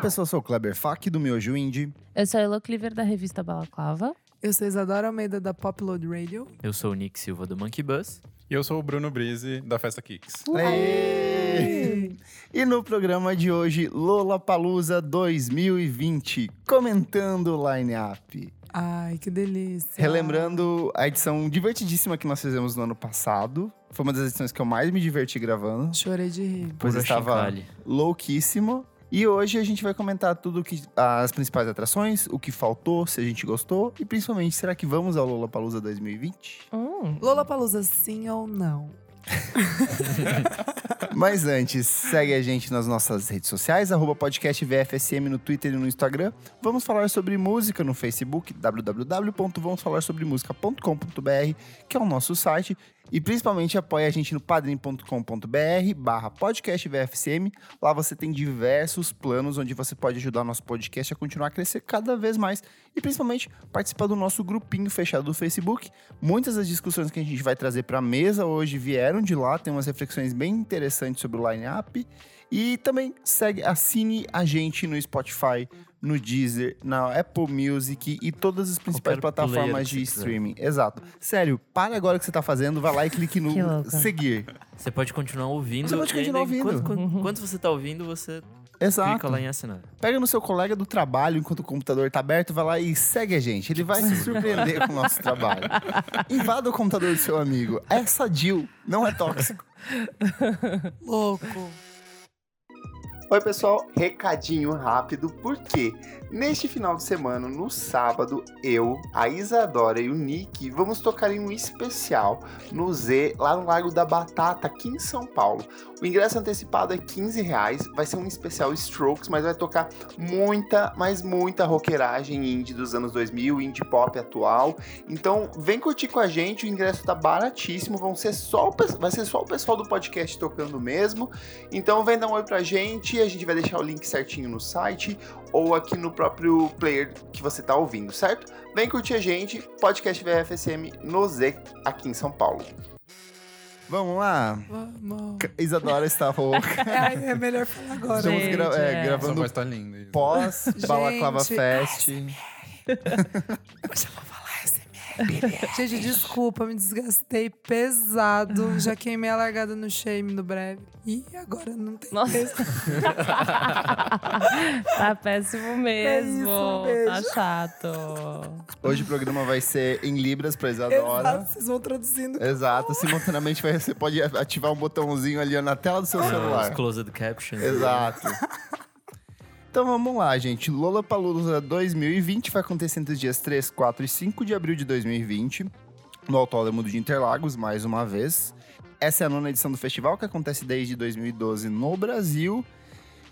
pessoa, sou o Kleber Fak, do Miojo Indie. Eu sou a Elo Cleaver, da revista Balaclava. Eu sou Isadora Almeida da Popload Radio. Eu sou o Nick Silva do Monkey Bus. E eu sou o Bruno Brise, da Festa Kicks. Aê! E no programa de hoje, Lola Palusa 2020, comentando o line-up. Ai, que delícia. Relembrando a edição divertidíssima que nós fizemos no ano passado. Foi uma das edições que eu mais me diverti gravando. Chorei de rir. Pois Puro estava chacalhe. louquíssimo. E hoje a gente vai comentar tudo que as principais atrações, o que faltou, se a gente gostou e principalmente será que vamos ao Lola Palusa 2020? Hum. Lola Palusa, sim ou não? Mas antes, segue a gente nas nossas redes sociais, arroba podcast VFSM no Twitter e no Instagram. Vamos falar sobre música no Facebook, www.vamosfalarsobremusica.com.br, que é o nosso site. E principalmente apoia a gente no padrim.com.br barra podcast VFSM. Lá você tem diversos planos onde você pode ajudar o nosso podcast a continuar a crescer cada vez mais. E principalmente participar do nosso grupinho fechado do Facebook, Muitas das discussões que a gente vai trazer para a mesa hoje vieram de lá, tem umas reflexões bem interessantes sobre o line-up. E também segue, assine a gente no Spotify, no Deezer, na Apple Music e todas as principais Qualquer player plataformas que de você quiser. streaming. Exato. Sério, para agora o que você tá fazendo, vai lá e clique no Que louco. seguir. Você pode continuar ouvindo. Você pode e ainda continuar enquanto- ouvindo. Tá. Quando, Uhum. quando você tá ouvindo, você clica Exato. lá em assinar. Pega no seu colega do trabalho enquanto o computador tá aberto, vai lá e segue a gente. Ele vai se surpreender com o nosso trabalho. Invada o computador do seu amigo. É sadio, não é tóxico. Louco. Oi, pessoal, recadinho rápido, porque neste final de semana, no sábado, eu, a Isadora e o Nick vamos tocar em um especial no Z, lá no Largo da Batata, aqui em São Paulo. O ingresso antecipado é 15 reais, vai ser um especial Strokes, mas vai tocar muita, mas muita roqueiragem indie dos anos 2000, indie pop atual. Então, vem curtir com a gente, o ingresso tá baratíssimo, vão ser só o, pe- vai ser só o pessoal do podcast tocando mesmo. Então vem dar um oi pra gente, a gente vai deixar o link certinho no site ou aqui no próprio player que você tá ouvindo, certo? Vem curtir a gente, podcast VFSM no Z, aqui em São Paulo. Vamos lá, Vamos. Isadora está louca. Ai, é melhor falar agora. Estamos Gente, gra- é, é. Sua gravando voz tá linda. Isa. pós Balaclava Gente, Fest. Hoje eu vou falar SMR. Gente, desculpa, me desgastei pesado. Já queimei a largada no shame do breve. E agora não tem Nossa. texto. tá péssimo mesmo. isso, beijo. tá chato. Hoje o programa vai ser em Libras pra Isadora. Exato, vocês vão traduzindo. É, Exato, simultaneamente vai- você pode ativar um botãozinho ali ó, na tela do seu Ah, celular. Os closed captions. Exato. Então vamos lá, gente. Lollapalooza 2020 vai acontecer entre os dias 3, 4 e 5 de abril de 2020, no Autódromo de Interlagos, mais uma vez. Essa é a nona edição do festival, que acontece desde 2012 no Brasil.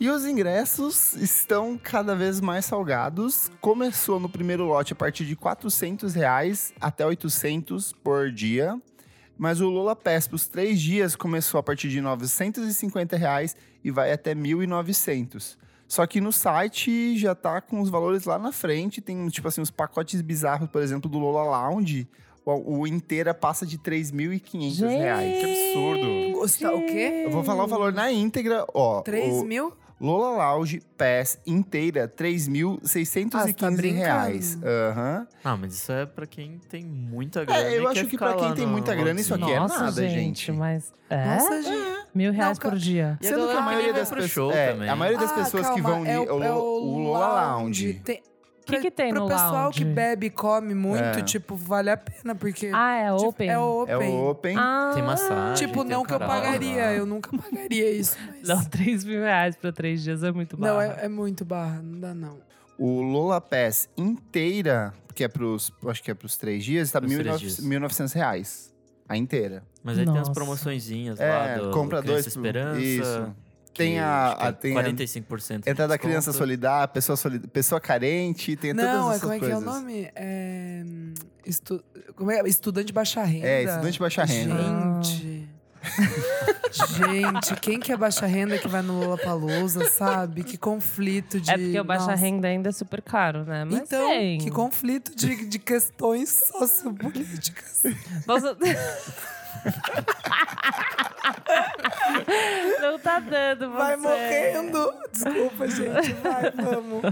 E os ingressos estão cada vez mais salgados. Começou no primeiro lote a partir de R$ 400 reais até 800 por dia. Mas o Lula Pass para os três dias começou a partir de R$ 950 reais e vai até 1.900. Só que no site já tá com os valores lá na frente, tem tipo assim os pacotes bizarros, por exemplo, do Lola Lounge, o, o inteira passa de 3.500 reais. que absurdo. Gosta- o quê? Eu vou falar o valor na íntegra, ó. 3 o mil? Lola Lounge Pass inteira 3.615 Ah, você tá brincando? reais. Aham. Ah, mas isso é pra quem tem muita grana. É, eu e quer acho que ficar pra quem lá tem no muita grana, isso aqui é lounge. nada, gente. Mas. É? Nossa, gente. Mil reais Não, por dia. E a Sendo que galera a maioria também vai das pro pessoas, show é, também. a maioria das Ah, pessoas que calma, vão de é o, Lola é o Lola Lounge. Tem- que que tem pro no pessoal lounge? que bebe e come muito, É. tipo, vale a pena, porque... Ah, é tipo, open? É É open. o Open. Ah, Tem massagem. Tipo, tem não o que eu caralho pagaria. lá. Eu nunca pagaria isso, mas... Não, 3 mil reais pra três dias é muito Não, barato. é, é muito barra. Não dá, não. O Lola Pass inteira, que é pros, acho que é pros três dias, está R$ Pros três 1.900 dias. 1.900 reais. A inteira. Mas aí tem Nossa. as promoçõezinhas lá É, do compra do dois. Criança pro- Esperança. Isso. que Tem a, acho que é a- tem a 45% de entrada desconto. criança solidária, pessoa, solid- pessoa carente, tem não, todas é essas como é que é o coisas. nome? É... hum, estu- Como é? Estudante baixa renda. É, estudante de baixa renda. Gente. Gente, quem que é baixa renda que vai no Lollapalooza, sabe? Que conflito de... É porque o baixa Nossa. renda ainda é super caro, né? Mas Então, tem. que conflito de, de questões sociopolíticas. Nossa, Não tá dando, você. Vai morrendo. Desculpa, gente. Vai, vamos.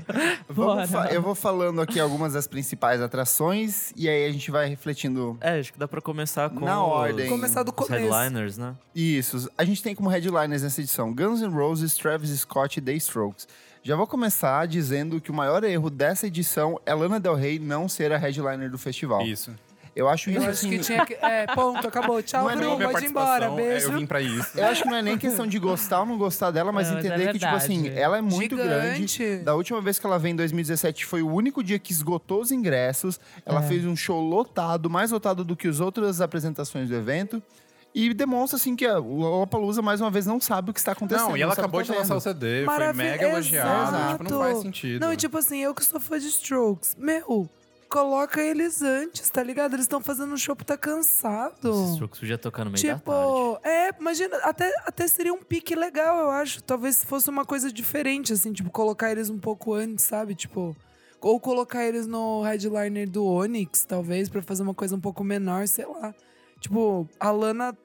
Bora. Vamos fa- eu vou falando aqui algumas das principais atrações e aí a gente vai refletindo É, acho que dá pra começar com Na os- ordem. Começar do os começo. headliners, né? isso. A gente tem como headliners nessa edição Guns N' Roses, Travis Scott e The Strokes. Já vou começar dizendo que o maior erro dessa edição é Lana Del Rey não ser a headliner do festival. Isso. Eu acho Eu isso acho assim, que tinha que. É, ponto, acabou. Tchau, Não é nem Bruno. minha Pode ir participação, embora. é, Beijo. eu vim pra isso. Eu acho que não é nem questão de gostar ou não gostar dela, mas Não, mas é entender que, tipo verdade. assim, ela é muito grande. Gigante. Da última vez que ela veio em 2017 foi o único dia que esgotou os ingressos. Ela fez um show lotado, mais lotado do que as outras apresentações do evento. E demonstra, assim, que a Lollapalooza, mais uma vez, não sabe o que está acontecendo. Não, e ela sabe o que acabou de tá lançar o vendo. CD, foi Maravilha- mega elogiada. Tipo, não faz Exato. sentido. Não, e tipo assim, eu que sou fã de Strokes. Meu, coloca eles antes, tá ligado? Eles estão fazendo um show pra tá cansado. Os Strokes podia tocar no meio da tarde. Tipo, é, imagina, até, até seria um pique legal, eu acho. Talvez se fosse uma coisa diferente, assim, tipo, colocar eles um pouco antes, sabe? Tipo, ou colocar eles no headliner do Onyx, talvez, pra fazer uma coisa um pouco menor, sei lá. Tipo, a Lana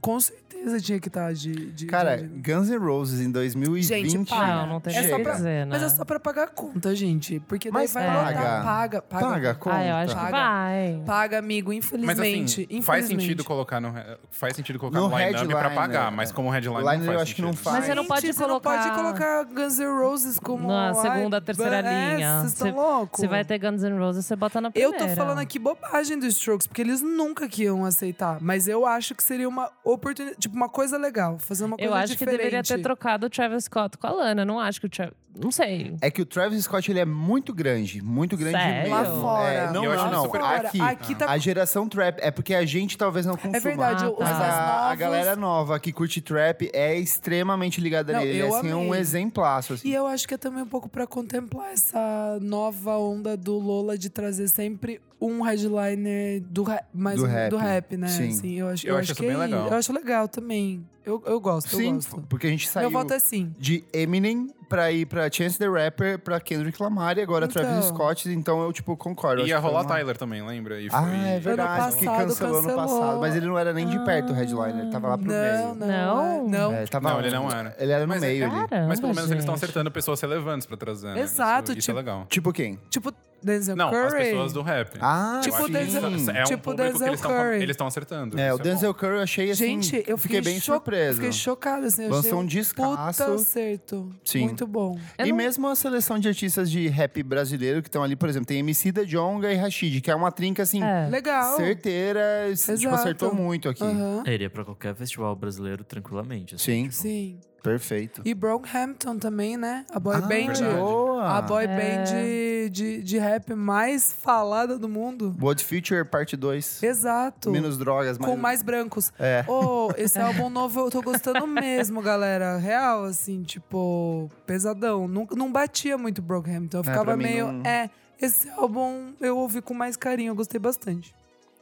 com certeza tinha que estar de, de- Cara, de- Guns N' Roses em 2020. Gente, para. Não, não tem É o só que pra- dizer, né? Mas é só pra pagar a conta, gente. Porque daí Mas vai paga. lotar, paga, paga. Paga a conta. Ah, eu acho que Paga. vai. Paga, amigo, Mas assim, infelizmente. faz infelizmente. sentido colocar no, faz sentido colocar No no, line-up pra headliner, pagar, é. mas como headline Liner não faz eu acho que não sentido. faz. Mas você não pode Gente, Você não pode colocar Guns N' Roses como... Na ai, segunda, terceira é, linha. Vocês Você- estão loucos? Se vai ter Guns N' Roses, você bota na Eu primeira. tô falando aqui bobagem dos Strokes, porque eles nunca que iam aceitar. Mas eu acho que seria uma oportunidade, tipo, uma coisa legal, fazer uma coisa Eu acho que diferente. deveria ter trocado o Travis Scott com a Lana. Não acho que o Travis... Não sei. É que o Travis Scott, ele é muito grande. Muito grande Sério? mesmo. Lá É, fora. não, Eu acho não, que não. super- Agora, Aqui. aqui tá- A geração trap. É porque a gente talvez não consuma. É verdade, Ah, os tá. Mas mais a, a novos... galera nova que curte trap é extremamente ligada Não, nele. Ele eu assim, é um amei. exemplaço. Assim. E eu acho que é também um pouco pra contemplar essa nova onda do Lola de trazer sempre um headliner do, ra mais Do um- rap, do rap, né? sim. Assim, eu acho, Eu acho que isso é bem isso. legal. Eu acho legal também. Eu, eu gosto, eu Sim, gosto. porque a gente saiu Meu voto é sim. de Eminem pra ir pra Chance the Rapper, pra Kendrick Lamar e agora Então. Travis Scott. Então eu, tipo, concordo. E acho ia que foi rolar uma- Tyler também, lembra? E Ah, foi- é verdade, que passado, cancelou ano cancelou. Ah, passado. Mas ele não era nem de perto o headliner, ele tava lá pro Não, meio. não. Não? é, não. É, tava- Não, ele não era. Ele era no Mas é- meio ali. Caramba, Mas pelo menos eles estão gente. acertando pessoas relevantes pra trazer. né? Exato, isso, isso tipo- é legal. Tipo quem? Tipo, Denzel Não, Curry. as pessoas do rap. Ah, Eu Tipo acho que Denzel- isso é um tipo público que Denzel eles tão- Curry. Eles estão acertando. É, o isso bom. Denzel Curry eu achei assim. Gente, eu fiquei, bem cho- surpreso. Fiquei chocada, assim. eu Lançou achei um discaço. Puta acerto. Sim. Muito bom. Eu e não- mesmo a seleção de artistas de rap brasileiro que estão ali, por exemplo, tem MC da Jonga e Rashid, que é uma trinca assim, É. Legal. certeira, s- tipo, Exato. acertou muito aqui. Aham. É, iria pra qualquer festival brasileiro tranquilamente. Sim. assim, tipo, Sim. Perfeito. E Brockhampton também, né? A Ah, boy band. verdade. boa. A boy É. band de, de, de rap mais falada do mundo. What Future Parte 2. Exato. Menos drogas, mais. Com mais brancos. É. Ô, esse álbum novo eu tô gostando mesmo, galera. Real, assim, tipo, pesadão. Não, não batia muito Brockhampton. Eu pra ficava mim meio. não- É, esse álbum eu ouvi com mais carinho, eu gostei bastante.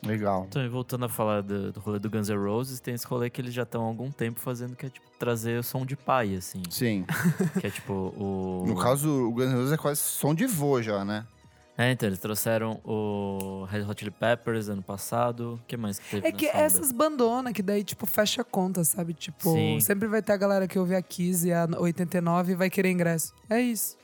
Legal. Então, e voltando a falar do, do rolê do Guns N' Roses, tem esse rolê que eles já estão há algum tempo fazendo, que é tipo trazer o som de pai, assim. Sim. que é tipo o. No caso, o Guns N' Roses é quase som de vô já, né? É, então, eles trouxeram o Red Hot Chili Peppers ano passado. O que mais que teve É que nessa onda? essas bandonas que daí, tipo, fecha a conta, sabe? Tipo, Sim. sempre vai ter a galera que ouve a Kiss e a 89 e vai querer ingresso. É isso.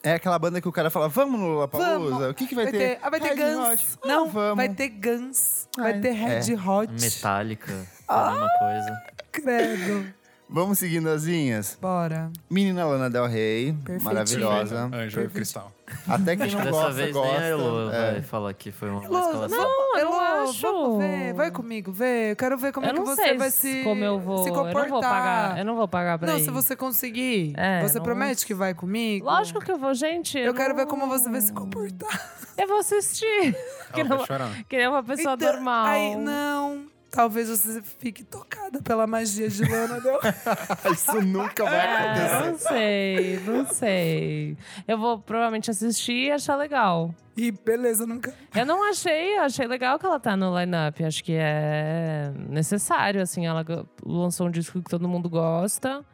É aquela banda que o cara fala, vamos no Lollapalooza? Vamos. O que, que vai, ter? Ah, vai ter Red Guns. Hot. Não, Ah, vamos. vai ter Guns. Ah, Vai ter Red Hot. Metallica, Ah! a mesma coisa. Credo. Vamos seguindo as linhas. Bora. Menina Lana Del Rey, Perfeitinha. maravilhosa. Então, Anjo Cristal. Até quem Acho que não dessa gosta, vez gosta. nem a Elo É. vai falar que foi uma Elô, escalação. não, eu Elô, não acho. vamos ver. Vai comigo, vê. Eu quero ver como eu é que não você sei vai se, como eu vou, se Eu não vou comportar. pagar, eu não vou pagar pra Não, ir. se você conseguir, É, você não- promete que vai comigo? Lógico que eu vou, gente. Eu quero ver como não- você vai se comportar. Eu vou assistir. que, Ela não, vai chorar. que é uma pessoa Então, normal. Aí, não. Talvez você fique tocada pela magia de Lana Del Rey. Isso nunca vai É, acontecer. não sei, não sei. Eu vou provavelmente assistir e achar legal. E beleza, nunca. Eu não achei, eu achei legal que ela tá no line-up. Acho que é necessário, assim. Ela go- lançou um disco que todo mundo gosta.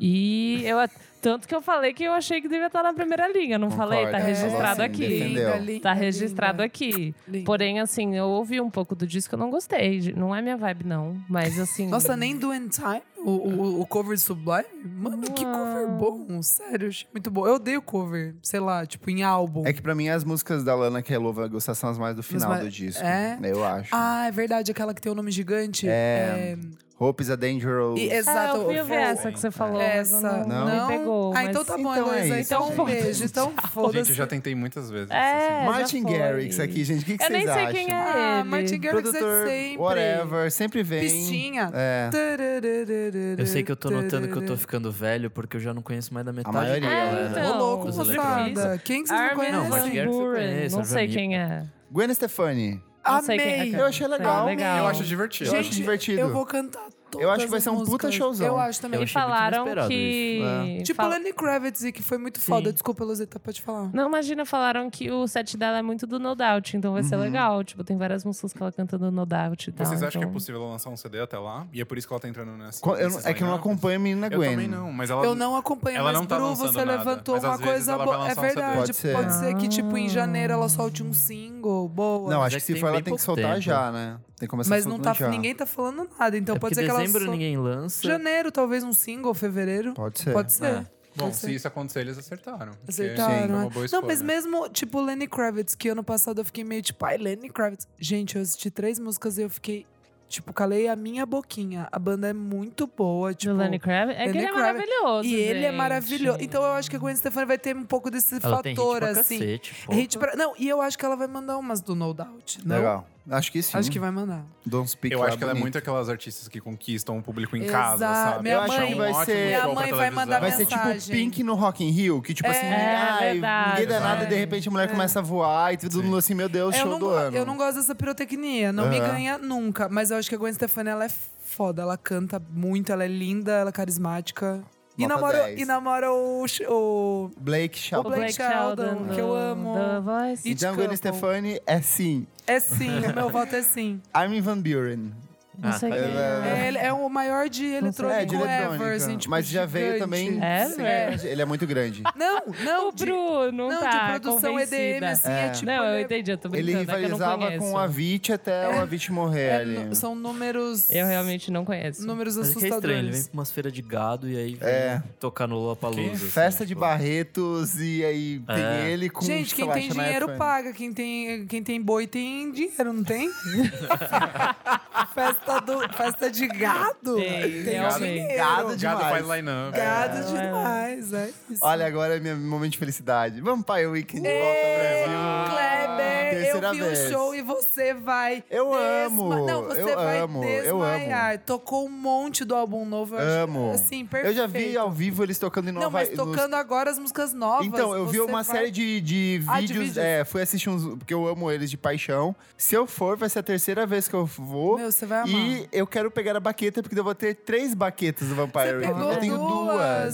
E eu. at- Tanto que eu falei que eu achei que devia estar na primeira linha, não Concordo, falei? Tá é, registrado sim, assim, aqui. defendeu. Tá registrado aqui. Lindo. Porém, assim, eu ouvi um pouco do disco, eu não gostei. de- Não é minha vibe, não. Mas assim. Nossa, nem do End Time, o, o, o cover Sublime. Mano, que cover Uau. bom, sério, eu achei muito bom. Eu odeio cover, sei lá, tipo, em álbum. É que pra mim as músicas da Lana que vai gostar são as mais do final mais- do disco. é? Eu acho. Ah, é verdade, aquela que tem o nome gigante. É. Hope is a Dangerous. E- Ah, exato. eu fui ouvir vou- essa que você falou. mas eu Essa. Não, Não? me pegou. Ah, mas- então tá bom, Então é Heloísa. isso, Então, gente. um beijo. Então Gente, foda-se. eu já tentei muitas vezes. assim. É, Martin já foi. Garrix aqui, gente. O que, que Eu vocês nem sei acham? quem é Ah, ele. Martin Garrix é Produtor, de sempre. whatever, sempre vem. Pistinha. É. Eu sei que eu tô notando que eu tô ficando velho, porque eu já não conheço mais da metade. maioria, da É, galera. então. Ô, louco, Dos moçada. eletrônicos. Quem que vocês não Armin conhecem? Não, Martin Garrix. eu Buren. conheço, Não eu já sei vi. quem é. Gwen Stefani. Não sei quem é, Amei. cara. Eu achei Sei, legal. Eu acho divertido. Eu acho Gente, divertido. Eu vou cantar todas Eu acho que vai as ser um puta músicas. showzão. Eu acho também. Eu E achei muito falaram inesperado que. isso. É. tipo Lenny Kravitz, que foi muito foda. Desculpa, Luzeta, pode falar. Não, imagina, falaram que o set dela é muito do No Doubt, então vai ser Uhum. legal. Tipo, tem várias músicas que ela canta do No Doubt e tal. Vocês acham que é então- possível ela lançar um CD até lá? E é por isso que ela tá entrando nessa. Co- eu não- nesses é que eu não lineups? acompanho a menina Eu Gwen. também não, mas ela. Eu não acompanho, Ela mas não tá Bru, lançando você nada, levantou mas uma às vezes coisa ela vai boa. É lançar um CD. verdade. Pode Pode ser. ser. que, tipo, em janeiro ela solte Hum. um single. Boa. Não, Mas acho é que que se tem for ela bem tem que pouco soltar tempo. já, né? Tem que começar mas a não soltar tá, já. ninguém tá falando nada. Então É pode porque ser que ela dezembro solte. ninguém lança. Janeiro, talvez um single, fevereiro. Pode ser. Pode ser. É. Bom, Pode ser. se isso acontecer, eles acertaram. porque Acertaram. né? Foi é uma boa não, escolha. mas mesmo, tipo, Lenny Kravitz, que ano passado eu fiquei meio tipo, ai, Lenny Kravitz. Gente, eu assisti três músicas e eu fiquei, tipo, calei a minha boquinha. A banda é muito boa, tipo. Do Lenny Kravitz? É que Lenny ele é Kravitz. maravilhoso. e ele é gente. maravilhoso. Então eu acho que a Gwen Stefani vai ter um pouco desse Ela tem hit fator, pra assim. cacete, pô. Hit pra- Não, e eu acho que ela vai mandar umas do No Doubt. Não? Legal. Acho que sim. Acho que vai mandar. Don't Speak Eu Lá acho que ela é bonito. muito aquelas artistas que conquistam o público em Exato. casa, sabe? Minha Eu acho mãe- um vai ótimo ser- show Minha pra mãe vai televisão. mandar Vai ser tipo mensagem. Pink no Rock in Rio, que tipo assim, É, ai, verdade. ninguém dá nada, e de É. repente a mulher começa a voar e todo mundo assim, meu Deus, eu, show não, do go- ano. eu não gosto dessa pirotecnia, não me Aham. ganha nunca. Mas eu acho que a Gwen Stefani, ela é foda, ela canta muito, ela é linda, ela é carismática. E Nota namora, 10. e namora o, Sh- o- Blake O O Shelton. Blake Blake Sheldon, Sheldon, que eu do- amo. The Voice. E- Então, Couple. Gwen Stefani é sim. É sim, o meu voto é sim. Armin Van Buren. Não sei tá quem bem. é. É, ele é o maior de eletrônico É, de ever, eletrônica. assim, tipo, Mas já veio gigante. também. É, sem- velho. Ele é muito grande. Não, não, O de- Bruno, não, tá de produção EDM, convencida. assim, é, É. tipo... não, eu ele- entendi, eu tô Ele brincando. é que eu não rivalizava conheço. com o Avicii até o Avicii morrer é, ali. nu- são números... Eu realmente não conheço. Números Mas é que é estranho, ele vem né? assustadores. pra umas feiras de gado e aí vem É. tocar no Lollapalooza. assim, Festa de tipo. Barretos e aí tem É. ele com Gente, sei quem lá, tem Shania dinheiro Twain. paga. Quem tem, quem tem boi tem dinheiro, não tem? festa, do- festa de gado. Tem, realmente. dinheiro. Gado de- Gado demais. faz line-up. Gado demais. É isso. Olha, agora é meu momento de felicidade. Vampire Weekend de volta Ei, ao Brasil. Kleber, Terceira eu vi vez. o show e você vai. Eu amo, Não, você eu vai amo, eu desmaiar. Tocou um monte do álbum novo. eu acho- Amo. Assim, Eu perfeito. já vi ao vivo eles tocando em Nova Não, mas nos- tocando agora as músicas novas. Então, eu vi você uma vai- série de, de vídeos. Ah, de vídeos. É, fui assistir uns. Porque eu amo eles de paixão. Se eu for, vai ser a terceira vez que eu vou. Meu, você vai amar. e eu quero pegar a baqueta, porque eu vou ter três baquetas do Vampire Você Weekend. pegou Eu tenho duas.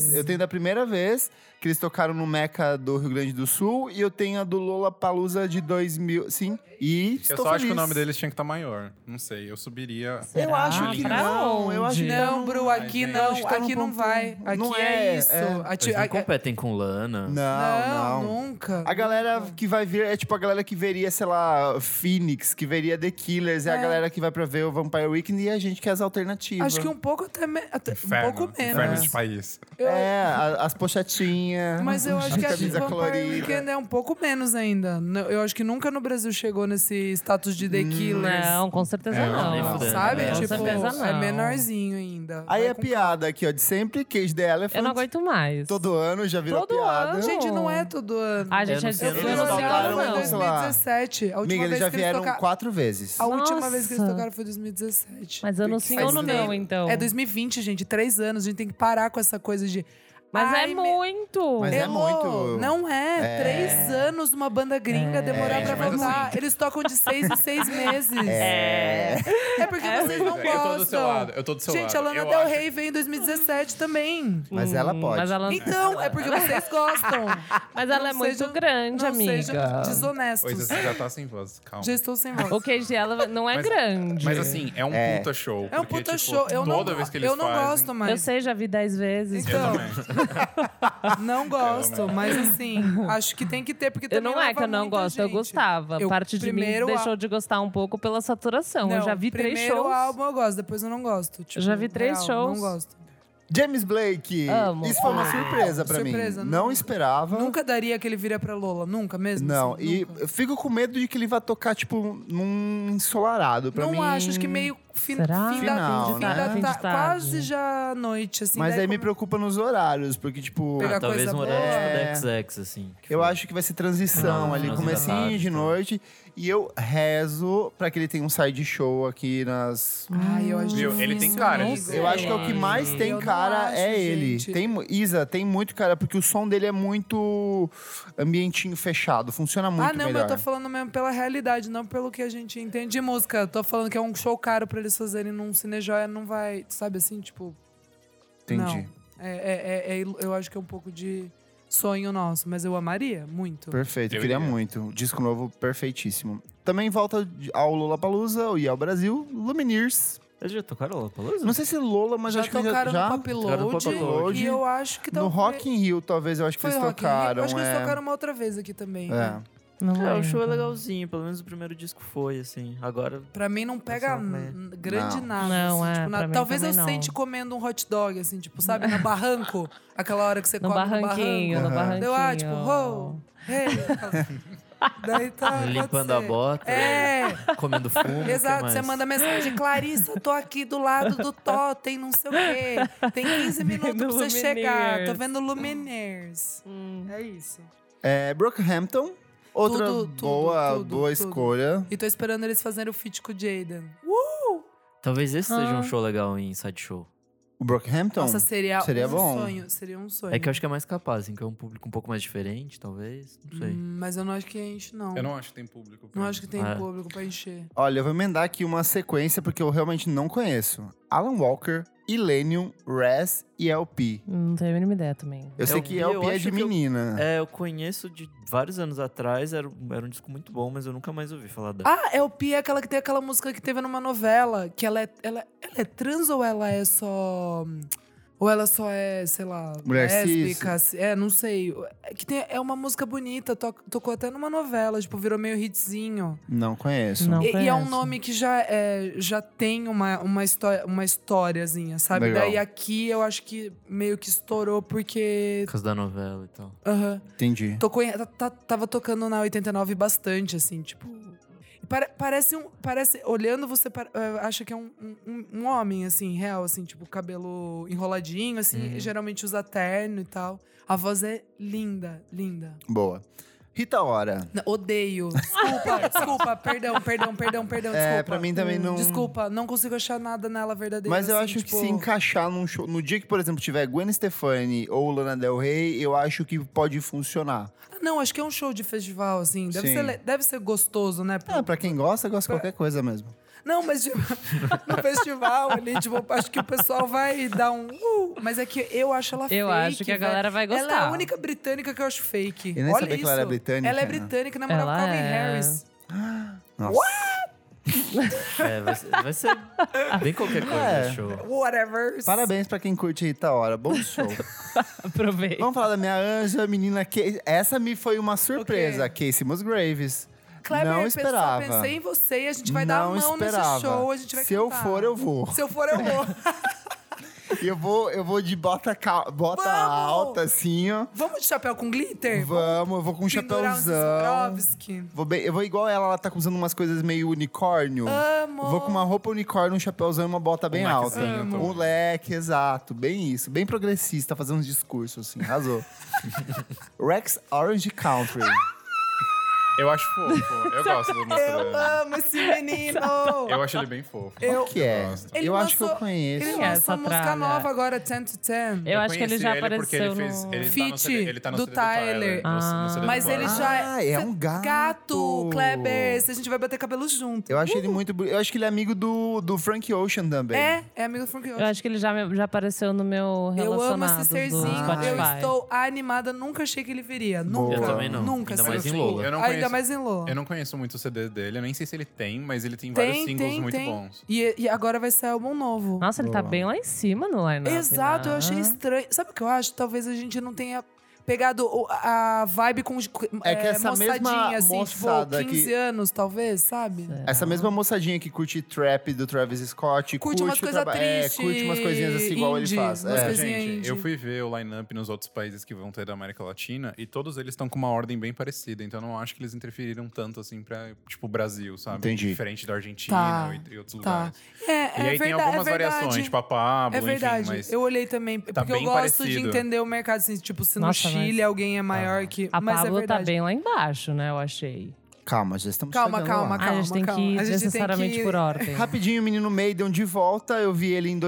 duas. Eu tenho da primeira vez, que eles tocaram no Meca do Rio Grande do Sul. E eu tenho a do Lola Palusa de 2000. Sim. E. Eu estou só acho que o feliz. nome deles tinha que estar maior. Não sei, eu subiria. Eu Será? acho que Pra não. Eu onde? acho que Não, não. Bru, aqui gente. Acho não, que tá aqui num não ponto- vai. Aqui não é, é, isso. é. Ati- Eles não a- competem com é Lana. Não, não. nunca. A galera que vai ver é tipo a galera que veria, sei lá, Phoenix, que veria The Killers, é, a É. galera que vai pra ver o Vampire Weekend e a gente que é as alternativas. Acho que um pouco até, me- até- um Inferno. pouco Inferno menos. de país. Eu- É, a- as pochetinhas. Mas eu acho que a camisa Vampire colorida. Weekend é um pouco menos ainda. Não, Eu acho que nunca no Brasil chegou nesse status de The Killers. Não, com certeza É, não. nem fudendo. Sabe? É, Com tipo, certeza não. é menorzinho ainda. Aí Vai é com- piada aqui, ó, de sempre Cage the Elephant. Eu não aguento mais. Todo ano já virou Todo piada. ano. Gente, não é todo ano. A gente não é sei. Eu fui desafio Eles no voltaram, Oceano não. em então, sei lá. 2017. A última Amiga, eles vez já que eles vieram tocaram... quatro vezes. A última Nossa. vez que eles tocaram foi em 2017. Mas ano Que sim, faz ano tempo. não, então. É 2020, gente. Três anos. A gente tem que parar com essa coisa de... Mas "Ai, é meu muito. Mas é Elô, muito. Não é. Três anos uma banda gringa demorar É, pra mas voltar. Eles tocam de seis em seis meses. É. É porque vocês não Eu gostam. tô do seu lado, eu tô do seu Gente, lado. a Lana Eu Del acho- Rey veio em 2017 também. Mas ela Hum, pode. Mas ela, Então, é porque vocês gostam. mas ela é Não muito sejam- grande, não amiga. sejam Oi, desonestos. você já tá sem voz, calma. Já estou sem voz. O queijo dela não é Mas- grande. Mas assim, é um É. puta show. É um porque, puta tipo, show. Eu não, toda vez que eles eu não fazem, gosto mais. Eu sei, já vi dez vezes. Eu Então, também. Não gosto, mas assim, acho que tem que ter, porque Eu também não é leva que eu não muita gosto, eu gente. gostava. Eu- Parte de mim primeiro a- deixou de gostar um pouco pela saturação. eu Não, já vi três primeiro shows. álbum eu gosto, depois eu não gosto. Tipo, já vi três real, shows. Não gosto. James Blake. Amo. Isso foi uma Ah, surpresa pra surpresa, mim. não- Não, esperava. Nunca daria aquele vira pra Lola, nunca mesmo? Não, assim, e nunca. eu fico com medo de que ele vá tocar, tipo, num ensolarado. Pra não mim, acho, acho que meio fin, Será? fim Final, da, fim né? da Fim de ta- tarde. quase já à noite, assim. Mas daí aí me come- preocupa nos horários, porque, tipo, Pegar Ah, talvez coisa um boa. horário tipo da XX, assim. que eu foi- acho que vai ser transição Não, ali, finalzinho da comecinho tarde, de tá. noite. E eu rezo pra que ele tenha um side show aqui nas. Ai, eu acho Viu? Ele tem difícil, cara amigo. disso. Eu acho que é o que Ai, mais Eu tem não cara acho, é ele. gente. Tem, mu- Isa, tem muito cara, porque o som dele é muito ambientinho fechado, funciona muito ah, não, melhor. mas eu tô falando mesmo pela realidade, não pelo que a gente entende de música. Eu tô falando que é um show caro pra eles fazerem num cinejoia, não vai, sabe assim, tipo. Entendi. Não. É, é- é- é ilu- eu acho que é um pouco de sonho nosso, mas eu amaria muito. Perfeito, eu Eu queria iria. muito. Disco novo perfeitíssimo. Também volta de- ao Lollapalooza e ao Brasil, Lumineers. Eles já tocaram lá, Palusa? Não sei se Lola, mas já acho que tocaram já... no Tocaram no Papilode Pop Load. e eu acho que No talvez- Rock in Rio, talvez, eu acho que Foi eles Rock in Rio? tocaram. Eu acho que eles é. tocaram uma outra vez aqui também. É. né? Não É, o lembro. show é legalzinho, pelo menos o primeiro disco foi, assim. Agora, Pra mim não pega Essa é. n- grande Não. nada. Não, assim, é, tipo, nada. pra mim Talvez eu também não. sente comendo um hot dog, assim, tipo, sabe, no barranco. Aquela hora que você No come barranquinho, no barranco. no Aham. barranquinho. Deu ah, tipo, ho, hey. Daí tá. pode limpando a ser. bota, É, comendo fumo. o que exato. Você mais? manda mensagem, Clarissa, tô aqui do lado do Totem, não sei o quê. Tem 15 minutos pra você Vendo chegar. Lumineers. Tô Hum. vendo Lumineers. É isso. É, Brockhampton, outra Tudo, tudo, boa, tudo, boa tudo. escolha. E tô esperando eles fazerem o feat com o Jaden. Talvez esse seja Ah. um show legal em side show. O Brockhampton? Nossa, seria, seria um bom. sonho. Seria um sonho. Então, É que eu acho que é mais capaz, assim, que é um público um pouco mais diferente, talvez. Não sei. Hum, mas eu não acho que enche, não. Eu não acho que tem público. pra Não isso. acho que tem Ah. público pra encher. Olha, eu vou emendar aqui uma sequência, porque eu realmente não conheço. Alan Walker, Illenium, Raz e LP. Não tenho a mínima ideia também. Eu sei LP, que eu LP é acho de que eu- menina. É, eu conheço de vários anos atrás, era, um- era um disco muito bom, mas eu nunca mais ouvi falar dela. Ah, é o Pia, aquela que tem aquela música que teve numa novela, que ela é, ela, ela é trans ou ela é só. Ou ela só é, sei lá, Mulher lésbica, se- é, não sei. É, que tem, é uma música bonita, to- tocou até numa novela, tipo, virou meio hitzinho. Não conheço. Não E, e é um conheço. nome que já, é, já tem uma, uma, história, uma historiazinha, sabe? Legal. Daí aqui eu acho que meio que estourou porque. Por causa da novela e então. tal. Aham. Entendi. Tocou em- tá- tá- tava tocando na 89 bastante, assim, tipo. e pare- parece um. Parece. Olhando, você par- eh, acha que é um, um- um, um homem, assim, real, assim, tipo, cabelo enroladinho, assim, Uhum. geralmente usa terno e tal. A voz é linda, linda. Boa. Rita Ora. Não, odeio. Desculpa, desculpa, perdão, perdão, perdão, perdão. É, desculpa. pra mim também não- Desculpa, não consigo achar nada nela verdadeira. Mas eu assim, acho que tipo, se encaixar num show. No dia que, por exemplo, tiver Gwen Stefani ou Lana Del Rey, eu acho que pode funcionar. Ah, Não, acho que é um show de festival, assim. Deve, Sim. ser, le- deve ser gostoso, né? pro- Ah, pra quem gosta, gosta de qualquer coisa mesmo. Não, mas tipo, no festival ali, tipo, acho que o pessoal vai dar um. uh, mas é que eu acho ela fake. Eu acho que a velho. galera vai gostar. Ela é a única britânica que eu acho fake. Eu nem Olha sabia que isso. ela era britânica, Ela é né? britânica, namorava Ela Calvin é. Harris. Nossa. É, vai ser, vai ser bem qualquer coisa É. esse show. Whatever. Parabéns pra quem curte Rita Ora. Bom show. Aproveita. Vamos falar da minha anja, menina. Que... Essa me foi uma surpresa. Casey Musgraves. Kleber, não eu esperava. Pensei, pensei em você e a gente vai dar a Não mão esperava. nesse show. A gente vai Se eu cantar. for, eu vou. Se eu for, eu vou. E eu vou, eu vou de bota, cal... bota Vamos! alta, assim, ó. Vamos de chapéu com glitter? Vamos, eu vou com um Pendurar um chapéuzão. Swarovski. Vou bem- eu vou igual ela, ela tá usando umas coisas meio unicórnio. Amo. Vou com uma roupa unicórnio, um chapéuzão e uma bota bem alta. lequezinho, Amo. Um leque, exato. Bem isso. Bem progressista, fazer uns discursos, assim. Arrasou. Rex Orange Country. Eu acho fofo. Eu gosto do Eu Mr. amo esse menino. Eu acho ele bem fofo. Qual que é? gosto. Eu Ele acho que eu lançou- conheço. Ele Quem é lançou essa música tralha? nova agora, 10 to 10. Eu acho que ele conheci já porque apareceu ele fez, no... ele tá no Feat CD, ele tá no do CD Tyler. Tyler. no- Ah. no CD do Mas ele Tyler. já Ah, é um gato. Gato, Kleber, se a gente vai bater cabelo junto. Eu acho ele muito bonito. Eu acho que ele é amigo do, do Frank Ocean também. É, é amigo do Frank Eu Ocean. acho que ele já, me- já apareceu no meu Eu amo relacionado esse serzinho, do eu Spotify. estou animada, nunca achei que ele viria. Nunca. Boa. Eu também não, Nunca, ainda sabe? mais em Tipo, Lola. Eu Ainda não conheço conheço- mais em Lua. Eu não conheço muito o CD dele, eu nem sei se ele tem, mas ele tem, Tem, vários singles tem, muito tem. bons. E, e agora vai sair álbum novo. Nossa, ele tá Boa. bem lá em cima no né? line Exato, eu achei estranho. Sabe o que eu acho? Talvez a gente não tenha pegado o- a vibe com os- É que essa moçadinha, mesma assim, moçada tipo, 15 que- anos, talvez, sabe? É. Essa Ah. mesma moçadinha que curte trap do Travis Scott, Curte curte, umas o coisas traba- é, tristes, curte umas coisinhas assim, igual ele indie, faz. umas é. coisinhas- Coisinha Gente, indie. eu fui ver o line-up nos outros países que vão ter da América Latina e todos eles estão com uma ordem bem parecida, então eu não acho que eles interferiram tanto assim pra, tipo, o Brasil, sabe? Entendi. Diferente da Argentina Tá, e, e outros Tá. lugares. É, E é aí verdade, tem algumas é verdade. variações, tipo a Pablo, É verdade. enfim, mas. tá Eu olhei também, porque eu bem gosto de parecido. entender o mercado, assim, tipo, se no Nossa, Chile mas- alguém é maior que. A mas é Pablo tá verdade. bem lá embaixo, né? Eu achei. Calma, já estamos Calma, chegando calma, lá. Ah, a gente tem calma. que ir A gente tem necessariamente que- por ordem. Rapidinho, o menino Maiden de volta. Eu vi ele em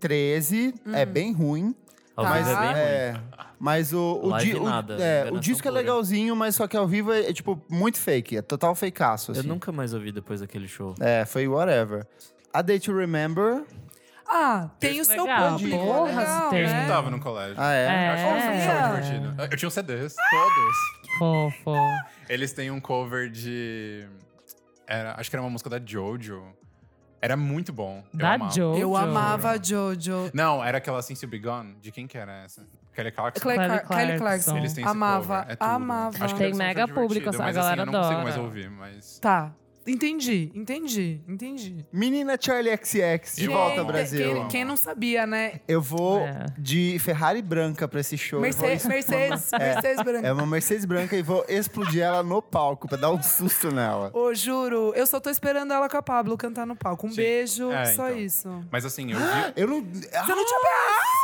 2013. Hum. É bem ruim. Ao Tá. Mas, vivo é bem ruim. é, mas o, o, Live di- o- nada, é, o enganação disco é pura. legalzinho, mas só que ao vivo é, é, tipo muito fake. É total fakeaço. Eu Assim. nunca mais ouvi depois daquele show. É, foi whatever. A Day to Remember. Ah, tem o seu Legal, público. é porra, é legal, se Eu tem. né? escutava no colégio. Ah, é? Eu achava É. esse Olha! um show divertido. Eu tinha os CDs, todos. Fofo. Eles têm um cover de. era- acho que era uma música da Jojo. Era muito bom. Eu Da amava. Jojo. Eu amava a Jojo. Não, era aquela Since You Be Gone. De quem que era essa? Kelly Clarkson. Cla- Kelly Car- Kelly Clarkson. Clarkson. Eles têm esse Amava, cover, é tudo. amava. Acho que Tem deve ser mega super público, divertido, essa mas, galera assim, eu não consigo mais adora. ouvir, mas... Tá. Entendi, entendi, entendi. Menina Charlie XX de Eu volta amo. ao Gente, Brasil. Quem, quem não sabia, né? Eu vou É. de Ferrari branca pra esse show. Eu vou Mercedes, Mercedes, Mercedes branca. É uma Mercedes branca e vou explodir ela no palco pra dar um susto nela. Ô, juro, eu só tô esperando ela com a Pablo cantar no palco. Um Sim. beijo, É, só então. isso. Mas assim, eu vi... Eu não. Você não tinha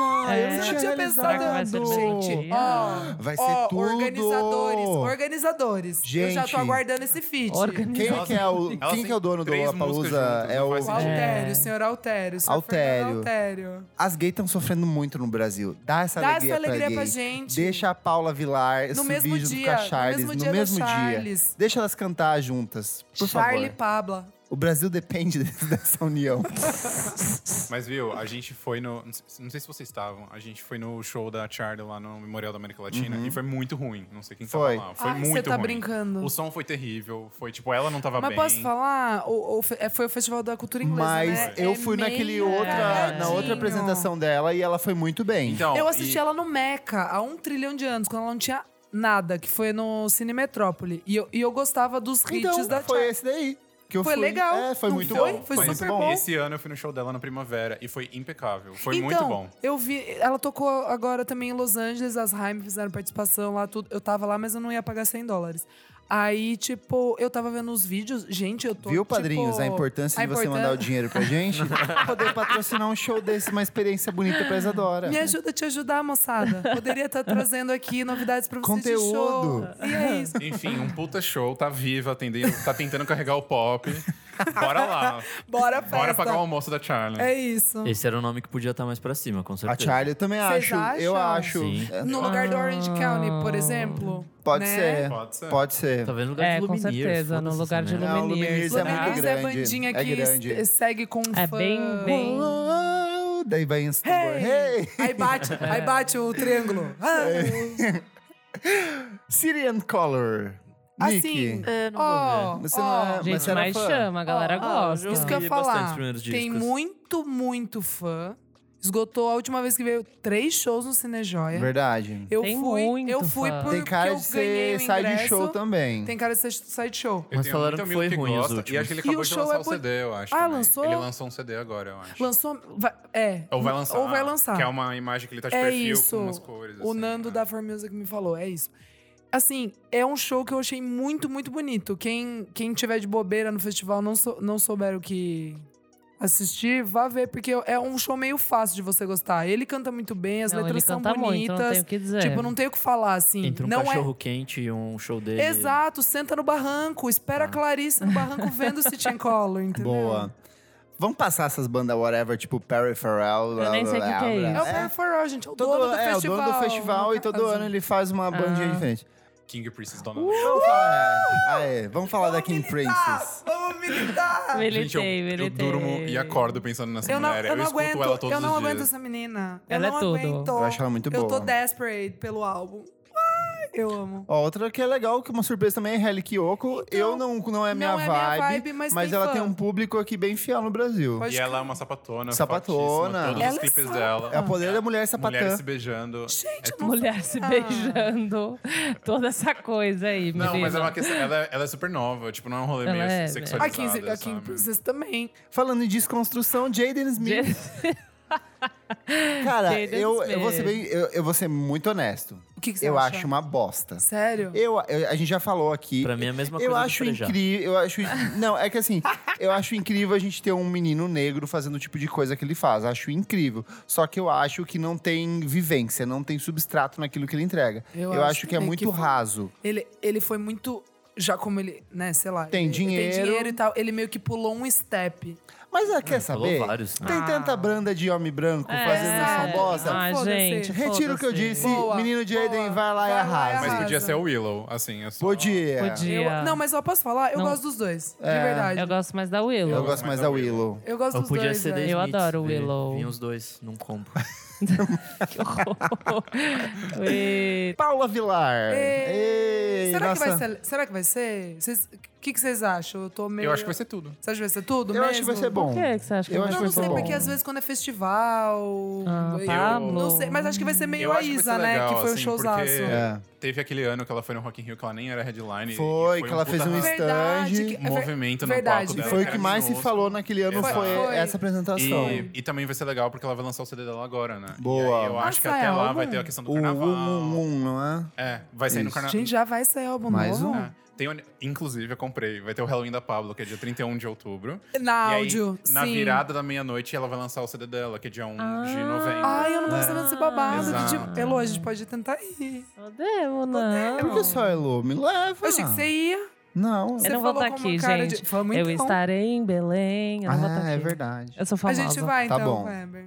Nossa, É. Você não realizado. tinha pensado, Será que vai surpreender? Gente, Ó, Vai ser ó, tudo! organizadores, organizadores. eu já Gente. tô aguardando esse feat. Organi- Quem Elas- que é o, elas quem que é o têm dono do três músicas Lollapalooza? juntas, É não o... faz O sentido. Altério, senhor Altério. senhor Altério. Fernando Altério. As gays estão sofrendo muito no Brasil. Dá essa Dá alegria, essa alegria pra, gay. gente. Deixa a Paula Vilar No subir mesmo junto dia, com a Charles no mesmo dia da Charles. Deixa elas cantar juntas, por Charlie favor. Pabla. O Brasil depende dessa união. é, Mas viu, a gente foi no... Não sei- não sei se vocês estavam. A gente foi no show da Charlie lá no Memorial da América Latina. E foi muito ruim. Não sei quem Foi. tava lá. Foi Ai, muito você tá ruim. brincando. O som foi terrível. Foi tipo, ela não tava Mas bem. posso falar? O, o fe- é, foi o Festival da Cultura Inglesa, Mas né? eu É fui naquele meio outra, na outra cagadinho. apresentação dela e ela foi muito bem. Então, eu assisti e- ela no Meca há um trilhão de anos, quando ela não tinha nada, que foi no Cine Metrópole. E eu, e eu gostava dos hits Então, da foi Charlie. esse daí. Que eu Foi fui. legal, É, foi não muito foi? bom. Foi muito super bom. então, Esse ano eu fui no show dela na primavera e foi impecável. Foi então, muito bom. Eu vi. Ela tocou agora também em Los Angeles, as Haim fizeram participação lá, tudo. Eu tava lá, mas eu não ia pagar 100 dólares. Aí, tipo, eu tava vendo os vídeos. Gente, eu tô. Viu, tipo, padrinhos, a importância a de você mandar o importân- dinheiro pra gente? pra poder patrocinar um show desse, uma experiência bonita pra Isadora. Me ajuda a te ajudar, moçada. Poderia estar trazendo aqui novidades pra vocês de show. Conteúdo. E é isso. Enfim, um puta show, tá viva, atendendo, tá tentando carregar o pop. Bora lá. Bora, festa. Bora pagar um. o almoço da Charlie. É isso. Esse era o nome que podia estar mais pra cima, com A certeza. Charlie eu também Vocês acho. Eu acham? acho. Sim. É, No lugar do Orange County, por exemplo. Ah, Pode, né? ser. Pode ser. Pode ser. Talvez no Tá lugar É, de com Lumineers. certeza, no né? foda-se lugar de também. Não, Lumineers. Lumineers é né? muito Lumineers é grande, bandinha é que grande. s- segue com É fã. bem, bem- Ah, Daí vai em Hey! hey. Aí bate, aí bate o triângulo. Ah, É. Syrian Color. assim, Nick. É, não vou ó, ver. Você ó, não é- Mas Gente, era mas fã? chama, a galera Ó, ó, gosta. isso que eu ia vi bastante falar. os primeiros Tem discos. muito, muito fã. Esgotou a última vez que veio três shows no Cinejoia. Verdade. Eu Tem fui, muito eu fui fã. porque Tem cara eu de ganhei o ser side ingresso. show também. Tem cara de ser side show. Eu Mas tenho falaram muito que amigo foi ruim os gosta, E últimos. acho que ele E o acabou de show lançar é o por- CD, eu acho. Ah, também. lançou? Ele lançou um CD agora, eu acho. Lançou. vai- é. Ou vai lançar. Ou vai lançar. Que é uma imagem que ele tá de é perfil isso. com umas cores. o assim, Nando né? da For Music me falou, é isso. Assim, é um show que eu achei muito, muito bonito. Quem, quem tiver de bobeira no festival não, sou- não souber o que assistir, vá ver, porque é um show meio fácil de você gostar. Ele canta muito bem, as Não, letras ele são canta muito, não bonitas. tenho o que dizer. tipo, não tem o que falar, assim. Entre um não cachorro quente e um show dele. é. Exato, senta no barranco, espera a Clarice no barranco vendo se tinha colo, entendeu? Boa. Vamos passar essas bandas whatever, tipo Perry Farrell. blá, nem sei blá, o blá, que que é blá. É o Perry Farrell, gente, é o Todo, dono do é, o festival. um- dono do festival e no todo caso. ano ele faz uma bandinha Ah. diferente. King Princess Uh, Donald. Vamos falar, é. Ah, é. Vamos falar da King Princess. Vamos militar! Militei, Gente, eu, eu militei. durmo e acordo pensando nessa Eu não, mulher. eu não escuto aguento, ela todos eu não os aguento dias. essa menina. Ela eu não é tudo. aguento. Eu acho ela muito Eu tô boa. desperate pelo álbum. Ai, Eu amo. Ó, outra que é legal, que uma surpresa também é Helly Kiyoko. Então, eu não, não é minha não vibe, é minha vibe, mas, tem ela fã. tem um público aqui bem fiel no Brasil. Pode E crer. ela é uma sapatona. Sapatona. fortíssima, Todos Ela é os clipes sapa. dela. É o poder da mulher sapatã. Mulheres se beijando. Gente, eu não Mulher se Ah. beijando. Toda essa coisa aí, menina. Não, mas é uma questão. Ela, é- ela é super nova, tipo, não é um rolê Ela meio né? é, sexualizado. Aqui, em- aqui em sabe? Princess também. Falando em desconstrução, Jaden Smith. Cara, Jaden eu, Smith. eu, vou ser bem, eu, eu vou ser muito honesto. O que, que você Eu acha? acho uma bosta. Sério? Eu, eu- a gente já falou aqui. Pra mim é a mesma eu coisa acho que frejar. incrível, eu acho. Não, é que assim, eu acho incrível a gente ter um menino negro fazendo o tipo de coisa que ele faz. Acho incrível. Só que eu acho que não tem vivência, não tem substrato naquilo que ele entrega. Eu Eu, acho acho que é também que muito foi- raso. Ele, ele foi muito... Já como ele, né, sei lá. Tem ele- ele Tem dinheiro. dinheiro e tal. Ele meio que pulou um step. Mas ah, quer Falou saber? vários, né? Tem Ah. tanta branda de homem branco É. fazendo essa Exato. bosta. Ah, Foda-se. gente. Retiro o que eu foda-se. disse. Boa, menino Jaden, boa. vai lá e Vai lá e arrasa. Mas arrasa. podia ser a Willow, assim. É só... Bom dia. Podia. Eu- não, mas eu posso falar? Eu gosto dos dois, de verdade. Eu gosto mais da Willow. Eu gosto mais da Willow. Eu gosto Ou dos podia dois, né? ser velho. Daisy Eu Smith, adoro vi- Willow. Vinha os dois num combo. Que horror. Ui. Paula Vilar. Ei, Ei, será, nossa. que vai ser, será que vai ser? Vocês- O que, que vocês acham? Eu tô meio... Eu acho que vai ser tudo. Você acha que vai ser tudo Eu mesmo? acho que vai ser bom. Por que que você acha que Eu vai acho Não, que vai ser não ser sei, bom. porque às vezes quando é festival... Ah, eu- Pablo. Não sei, mas acho que vai ser meio Eu a acho que vai ser Isa, né? legal, que foi um assim, showzaço. porque- É. Teve aquele ano que ela foi no Rock in Rio, que ela nem era headline. e- e Foi, que um ela fez puta um hype. Verdade, stand. que- é ver- movimento no verdade. palco E dela. né? foi o era que mais se minúsculo. falou naquele ano Exato. foi Foi. essa apresentação. E, e também vai ser legal porque ela vai lançar o CD dela agora, né? Boa. E aí eu acho que Nossa, até é lá álbum? vai ter a questão do O um, carnaval. um, um, não é? É, vai sair no Isso. carnaval. Gente, já vai sair álbum Mais novo? um? É. Tem, o- inclusive, eu comprei. Vai ter o Halloween da Pablo, que é dia 31 de outubro. Na E aí, áudio, na sim. virada da meia-noite, ela vai lançar o CD dela, que é dia 1 de Ah. novembro. Ai, eu não tava sabendo desse babado. Exato. Que tipo, Elo, a gente pode tentar ir. Podemos, não. Por que É só Elo? Me leva. Eu achei que você ia. Não. Você Eu não vou falou estar com uma aqui, cara gente. de- Vamos Eu então. estarei em Belém. Eu não vou estar Ah, tá aqui. é verdade. Eu sou A famosa. gente vai, Tá então, bom. Kleber.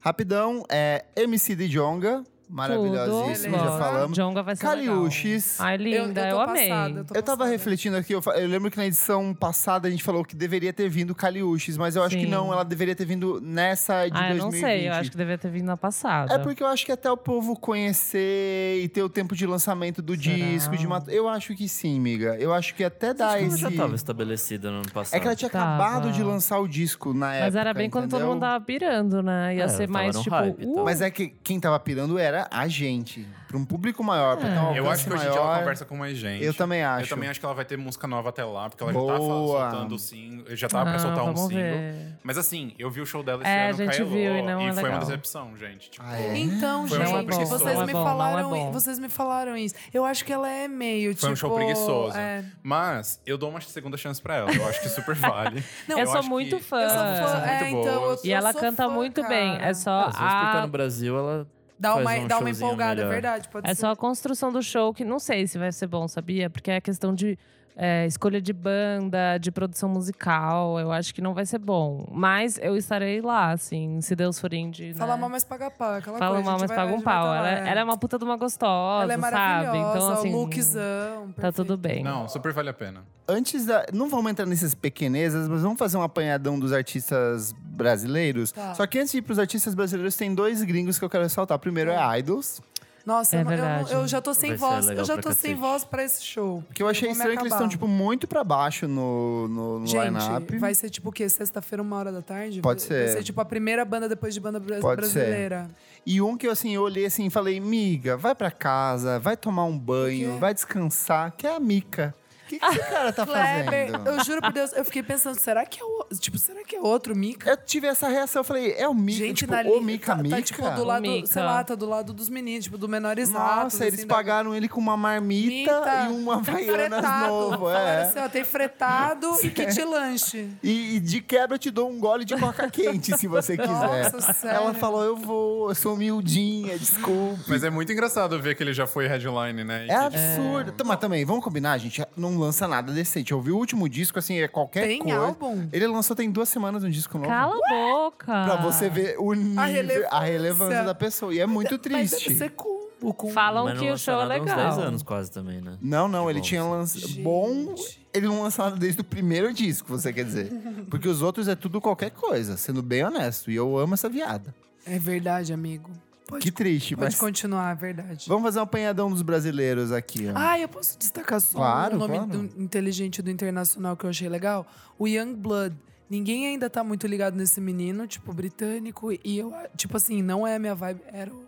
Rapidão, é MC de Jonga, maravilhosíssimo, Tudo. já falamos. Jonga vai ser legal. Kaliushis. Ai, linda, eu, tô amei. passada, tô Eu tava passada. refletindo aqui, eu, fa- eu lembro que na edição passada a gente falou que deveria ter vindo Kaliushis, mas eu acho que Sim. não, ela deveria ter vindo nessa É de Ah, eu 2020. não sei, eu acho que devia ter vindo na passada. É porque eu acho que até o povo conhecer e ter o tempo de lançamento do Será? disco, de mat... Eu acho que sim, miga. Eu acho que até dá Acho que esse. ela já tava estabelecida no ano passado. É que ela tinha Tava. acabado de lançar o disco na época. Mas era bem quando todo É, entendeu? mundo tava pirando, né? Ia É, ser tava mais no tipo. hype e tal. uh, Mas é que quem tava pirando era a gente. Pra um público maior, pra ter É. um Eu alcance acho que maior. hoje em dia ela conversa com mais gente. Eu também acho. Eu também acho que ela vai ter música nova até lá, porque ela já tá Boa. fa- soltando o single. Já tava pra ah, soltar um vamos single. ver. Mas assim, eu vi o show dela esse É, a ano, gente Kaelô, viu e não é foi uma legal. decepção, gente. Tipo, Ah, é? Então, Foi um show gente, preguiçoso. vocês Não é me bom, não é falaram, bom. vocês me falaram isso. Eu acho que ela é meio tipo Foi um show preguiçoso. é. Mas eu dou uma segunda chance pra ela. Eu acho que super vale. Não, eu, eu sou acho muito que- fã. Eu sou Ah, fã, são muito é, então eu boas. sou- E ela sou canta fã, muito cara. bem. É Ah, só Às vezes, porque tá a no Brasil, ela... Dá faz uma, um dá uma showzinho empolgada, é melhor. verdade, pode É ser. só a construção do show que não sei se vai ser bom, sabia? Porque é questão de é, escolha de banda, de produção musical. Eu acho que não vai ser bom. Mas eu estarei lá, assim, se Deus for indie. Fala né? mal, mas paga pau, aquela Fala coisa. a mal, mas gente vai- paga a um gente vai pau. tá lá, Ela, é. ela é uma puta de uma gostosa, Ela é sabe? maravilhosa, Então, assim. o lookzão. Tá perfeito. tudo bem. Não, super vale a pena. Antes da. Não vamos entrar nessas pequenezas, mas vamos fazer um apanhadão dos artistas brasileiros. Tá. Só que antes de ir pros artistas brasileiros, tem dois gringos que eu quero ressaltar. Primeiro Tá. é Idols, Nossa, É eu, não- eu não- verdade. eu já tô sem Vai ser voz. legal Eu já pra tô sem cacete. voz pra esse show. que eu achei vou me estranho que eles acabar. estão, tipo, muito pra baixo no, no, no Gente, line-up. vai ser tipo o quê? Sexta-feira, uma hora da tarde? Pode Vai ser. ser tipo a primeira banda depois de banda bra- Pode ser. brasileira. E um que eu, assim, eu olhei assim e falei, miga, vai pra casa, vai tomar um banho, vai descansar, que é a Mica. O que, que esse cara tá Ah, Kleber, fazendo? eu juro por Deus, eu fiquei pensando, será que é o, tipo, será que é outro Mika? Eu tive essa reação, eu falei, é o Mica, Gente, tipo, na o li- Mica, tá, Mica? tá, tipo do lado, Mica. sei lá, tá do lado dos meninos, tipo do menorizado. né? Nossa, eles assim, pagaram ele com uma marmita Mita. e uma Havaianas tá fretado. novo, Falaram é. assim, ó, tem fretado e kit lanche. E, e de quebra eu te dou um gole de coca quente, se você quiser. Nossa, sério. Ela falou, eu vou, eu sou humildinha, desculpe. Mas é muito engraçado ver que ele já foi headline, né? E É que, tipo, absurdo. Tá, Mas também, vamos combinar, gente, não lança nada decente. Eu vi o último disco, assim, é qualquer Tem coisa. álbum? Ele lançou tem duas semanas um disco novo. Cala a boca. Pra você ver o nível, a relevância. relevância. da pessoa. E é muito Mas deve triste. ser combo com... Falam Mas não que o lança show é nada há legal. uns 10 anos quase também, né? Não, não, Que ele bom, tinha sim. lançado. Bom, ele não lançou nada desde o primeiro disco, você quer dizer. Porque os outros é tudo qualquer coisa, sendo bem honesto. E eu amo essa viada. É verdade, amigo. Pode, Que triste, pode mas. continuar, é verdade. Vamos fazer um apanhadão dos brasileiros aqui, ó. Ah, eu posso destacar só Tá. Claro, um nome claro. do- inteligente do internacional que eu achei legal? O Young Blood. Ninguém ainda tá muito ligado nesse menino, tipo, britânico. E eu, tipo assim, não é a minha vibe. Era. o-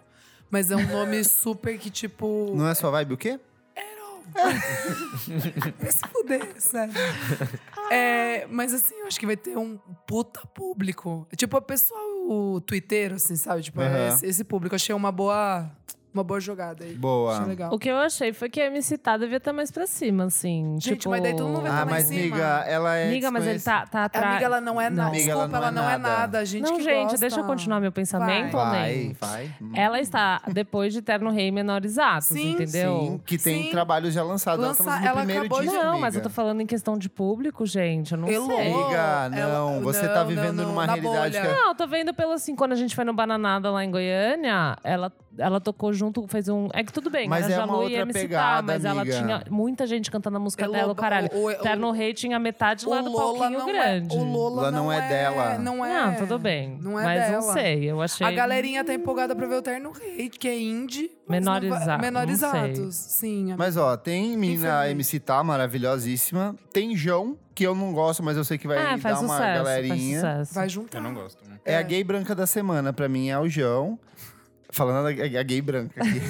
Mas é um nome super que, tipo. Não é sua vibe o quê? é? Vai se fuder, sério. É, mas assim, eu acho que vai ter um puta público. Tipo, a pessoa, o twitteiro, assim, sabe? Tipo, é Aham. esse, esse público. Achei uma boa, uma boa jogada aí. Boa. Achei legal. O que eu achei foi que a MC Tá devia estar mais pra cima, assim. Gente, tipo... mas daí todo mundo vai tá Ah, lá em mas, cima. amiga, ela é. Amiga, mas ele desconhecida. tá, tá atrás. Amiga, ela não é não. Amiga, ela Desculpa, ela não é nada. A gente Não, que gente, gosta. deixa eu continuar meu pensamento, Vai, Ney. vai. Hum. Ela está depois de Terno Rei Menorizados, Sim, entendeu? Sim, que tem Sim. trabalhos já lançados. Lança- ela tá no ela primeiro acabou disco, de- Não, amiga. mas eu tô falando em questão de público, gente. Eu não Elô, sei. Amiga, não, ela- você tá não, vivendo não, numa na realidade que- é bolha. Não, eu tô vendo pelo assim, quando a gente foi no Bananada lá em Goiânia, ela, ela tocou junto, fez um. É que tudo bem, Mas era é Jalu uma e outra MC Tá, pegada, mas ela amiga. tinha muita gente cantando a música Elô, dela, o caralho. É o- o- Terno Rei tinha metade lá do palquinho não um grande. É, o Lola Ela não é dela. Não, Não, é. tudo bem. Não é mas dela. não sei, eu achei. Hum. A galerinha tá empolgada pra ver o Terno Rei, que é indie. mas não vai- Menoriza- não Menorizados, sei. sim. amiga. Mas ó, tem menina Infelizmente. MC Tá, maravilhosíssima. Tem João, que eu não gosto, mas eu sei que vai é, dar faz uma sucesso, galerinha. faz sucesso. Vai juntar. Eu não gosto. né? É a É. gay branca da semana, pra mim é o João. Falando a, a gay branca aqui.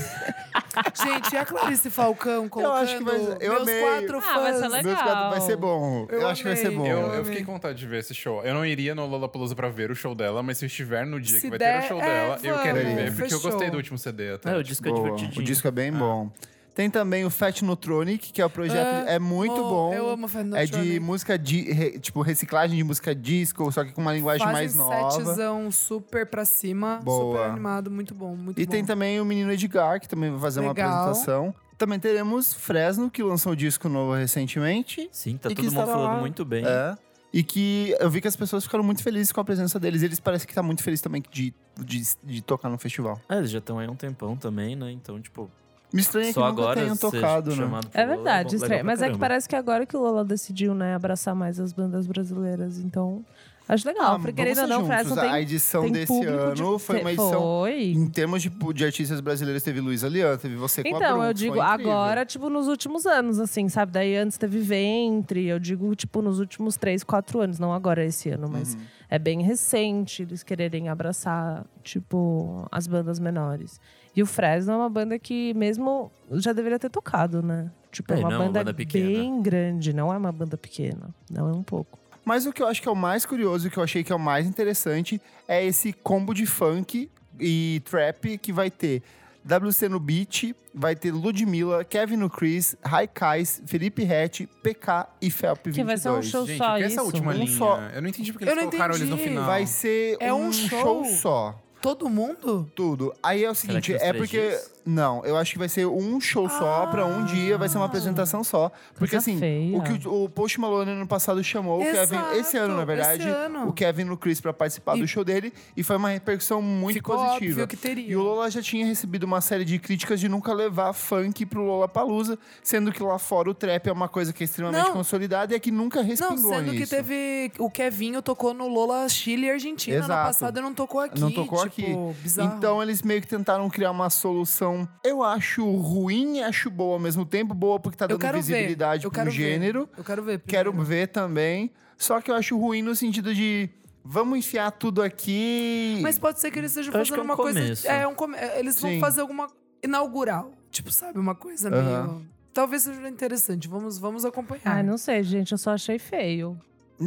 Gente, e a Clarice Falcão colocando Eu acho que vai- eu meus amei. quatro Ah, fãs. vai ser legal. Meus quadros- vai ser bom. Eu, Eu acho que vai ser amei. bom. Eu, amei. eu fiquei com vontade de ver esse show. Eu não iria no Lollapalooza pra ver o show dela, mas se eu estiver no dia Se que vai der, ter o show é, dela, eu quero vamos, ver, porque eu fechou. gostei do último CD até. É, o disco é Boa. divertidinho. Tá, tipo, O disco é Ah. bem bom. Tem também o Fat Nutronic, que é o projeto. é muito Amo, bom. Ah, Eu amo Fernando É de música, di- re- tipo, reciclagem de música disco, só que com uma linguagem mais nova. setzão um super pra cima. Boa. Super animado, muito bom, muito E bom. tem também o Menino Edgar, que também vai fazer Legal. uma apresentação. Também teremos Fresno, que lançou um disco novo recentemente. Sim, tá E que todo mundo estará falando lá. muito bem. É. E que eu vi que as pessoas ficaram muito felizes com a presença deles. Eles parecem que tá muito felizes também de, de, de tocar no festival. É, eles já estão aí há um tempão também, né? Então, tipo, Me estranha só que nunca agora tenham ser tocado, né? chamado pro É Lola verdade, bom- estranho. legal pra Mas é que caramba. parece que agora que o Lola decidiu, né, abraçar mais as bandas brasileiras. Então, acho legal. Ah, porque vamos querendo ou ser não, juntos. Fresno A tem, edição tem desse público ano de... foi uma te- edição Foi. Em termos de, de artistas brasileiros, teve Luiz Alian, teve você com a um Então, Bruna, eu foi é digo incrível. agora, tipo, nos últimos anos, assim, sabe? Daí antes teve ventre, eu digo, tipo, nos últimos três, quatro anos, não agora esse ano, mas Uhum. é bem recente eles quererem abraçar, tipo, as bandas menores. E o Fresno é uma banda que mesmo já deveria ter tocado, né? Tipo, é, É, uma, não é uma banda banda pequena. bem grande, não é uma banda pequena. Não é um pouco. Mas o que eu acho que é o mais curioso, o que eu achei que é o mais interessante, é esse combo de funk e trap que vai ter WC no beat, vai ter Ludmilla, Kevin no Chris, Raikais, Felipe Hatch, PK e Felp 22. Que vai ser um show Gente, só o que é isso. essa última Um linha? só. Eu não entendi porque Eu eles não colocaram eles no entendi. final. Vai ser É um show? só. Todo mundo? Tudo. Aí é o Será que seguinte, nos é três porque. dias? Não, eu acho que vai ser um show só pra Ah. um dia, vai ser uma apresentação só. Porque Coisa assim, feia. o que o, o Post Malone ano passado chamou Exato, o Kevin. Esse ano, na verdade, esse ano. o Kevin no Chris pra participar E- do show dele e foi uma repercussão muito Ficou positiva. óbvio que teria. E o Lola já tinha recebido uma série de críticas de nunca levar funk pro Lola Palusa, sendo que lá fora o trap é uma coisa que é extremamente Não. consolidada e é que nunca Não, respingou sendo que nisso. teve. O Kevinho tocou no Lola Chile e Argentina ano Exato. passado e não tocou aqui. Não tocou tipo, aqui. Bizarro. Então eles meio que tentaram criar uma solução. Eu acho ruim e acho boa ao mesmo tempo. Boa porque tá eu dando quero visibilidade ver. Eu pro quero gênero. Ver. Eu quero ver. Quero primeiro. ver também. Só que eu acho ruim no sentido de vamos enfiar tudo aqui. Mas pode ser que eles estejam Eu acho fazendo que é uma um começo. coisa. É, um come... é, Eles vão Sim. fazer alguma. inaugural. Tipo, sabe? Uma coisa Aham. meio. Talvez seja interessante. Vamos, vamos acompanhar. Ai, não sei, gente, eu só achei feio.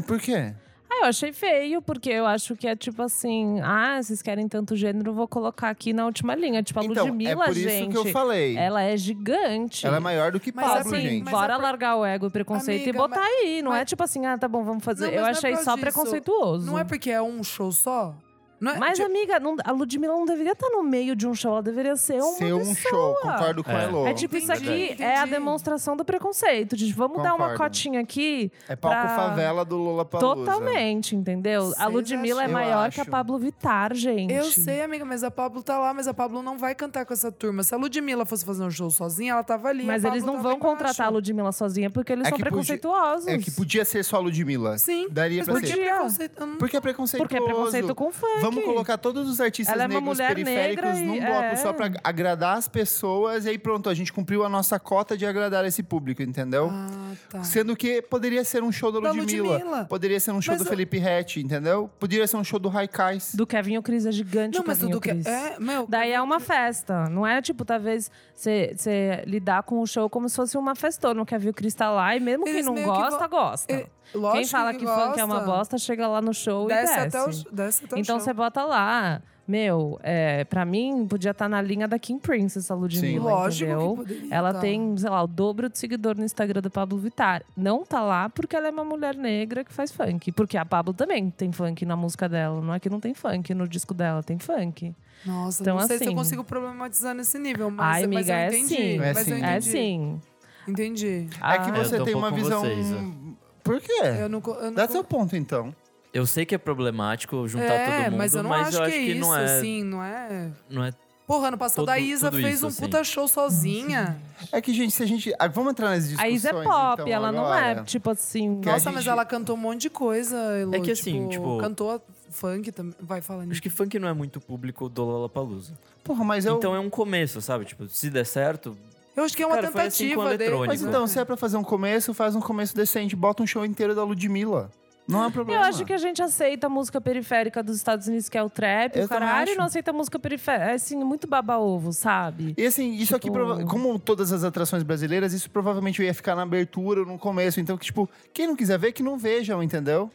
Por quê? Ah, eu achei feio, porque eu acho que é tipo assim, ah, vocês querem tanto gênero, vou colocar aqui na última linha. Tipo, a então, Ludmilla, é por isso gente, que eu falei. Ela, ela é gigante. é maior do que Mas Pablo, assim, gente. mas- bora é por- largar o ego e o preconceito e Amiga, botar mas- aí. Não é mas- tipo assim, ah, tá bom, vamos fazer. Não, eu mas não é achei por só causa disso. preconceituoso. Não é porque é um show só? Não é, Mas, tipo, amiga, não- a Ludmilla não deveria estar no meio de um show, ela deveria ser é uma Ser um pessoa. show, concordo com É. a Elô. É tipo, isso aqui Entendi, é a entendi. demonstração do preconceito. De vamos dar uma Concordo. cotinha aqui. É palco pra- favela do Lola Totalmente, entendeu? a Vocês Ludmilla é acham? Eu maior que a acho. Pablo Vittar, gente. Eu sei, amiga, mas a Pablo tá lá, mas a Pablo não vai cantar com essa turma. Se a Ludmilla fosse fazer um show sozinha, ela tava ali. Mas a Pablo tá eles não tava vão embaixo. contratar a Ludmilla sozinha porque eles É são que podia- preconceituosos. É que podia ser só a Ludmilla. Sim. Daria mas pra por que ser. Podia. preconceito? Eu não- Porque é preconceituoso. Porque é preconceito com funk. Vamos vamos colocar todos os artistas Ela é uma negros mulher periféricos negra e- num bloco é. só pra agradar as pessoas. E aí pronto, a gente cumpriu a nossa cota de agradar esse público, entendeu? Ah, tá. Sendo que poderia ser um show da Da Ludmilla. Ludmilla. Poderia ser um show Mas do o- Felipe Rett, entendeu? Poderia ser um show do Raikais. Do Kevin o Cris é gigante. Não, o mas Kevin e tudo o que. Chris. É, meu. Daí é uma festa. Não é, tipo, talvez você lidar com o show como se fosse uma festona. Quer ver o Cris tá lá e mesmo quem Eles não meio que gosta, vo- gosta. Ele- Quem lógico fala que, funk é uma gosta, bosta, chega lá no show Desce e desce. até o, desce até o então chão. você bota lá. Meu, é, pra mim, podia estar na linha da Kim Princess, a Ludmilla, Sim. Lógico Lógico que entendeu? poderia, Ela tá. tem, sei lá, o dobro de seguidor no Instagram do Pablo Vittar. Não tá lá porque ela é uma mulher negra que faz funk. Porque a Pablo também tem funk na música dela. Não é que não tem funk no disco dela, tem funk. Nossa, Então, não sei se eu assim- consigo problematizar nesse nível, mas, Ai, mas amiga, é eu entendi. sim. É mas eu sim. É entendi. sim. Entendi. É que Ah, eu você tô um tem uma pouco com visão. vocês, é. ó. Por quê? Eu não, co- eu não Dá co- seu ponto, então. Eu sei que é problemático juntar é, todo mundo, mas eu não acho, acho que é que, isso, não é. assim, não é. Não é Porra, ano passado Todo- a Isa tudo fez isso, um assim. puta show sozinha. É que, gente, se a gente. ah, Vamos entrar nas discussões. A Isa é pop, então, ela não agora. é, tipo assim. Que a Nossa, gente- mas ela cantou um monte de coisa, Elô, É que assim, tipo- Cantou funk também. Vai falando. Acho que funk não é muito público do Lollapalooza. Porra, mas eu. Então é um começo, sabe? Tipo, se der certo, Eu acho que é uma Cara, foi assim tentativa com dele. eletrônico. Mas então, se é pra fazer um começo, faz um começo decente. Bota um show inteiro da Ludmilla. Não é Eu problema. acho que a gente aceita a música periférica dos Estados Unidos, que é o trap, Eu o também caralho, e acho. não aceita a música periférica. É assim, muito baba-ovo, sabe? E assim, isso aqui, Tipo- prova- como todas as atrações brasileiras, isso provavelmente ia ficar na abertura ou no começo. Então, que, tipo, quem não quiser ver, que não vejam, entendeu?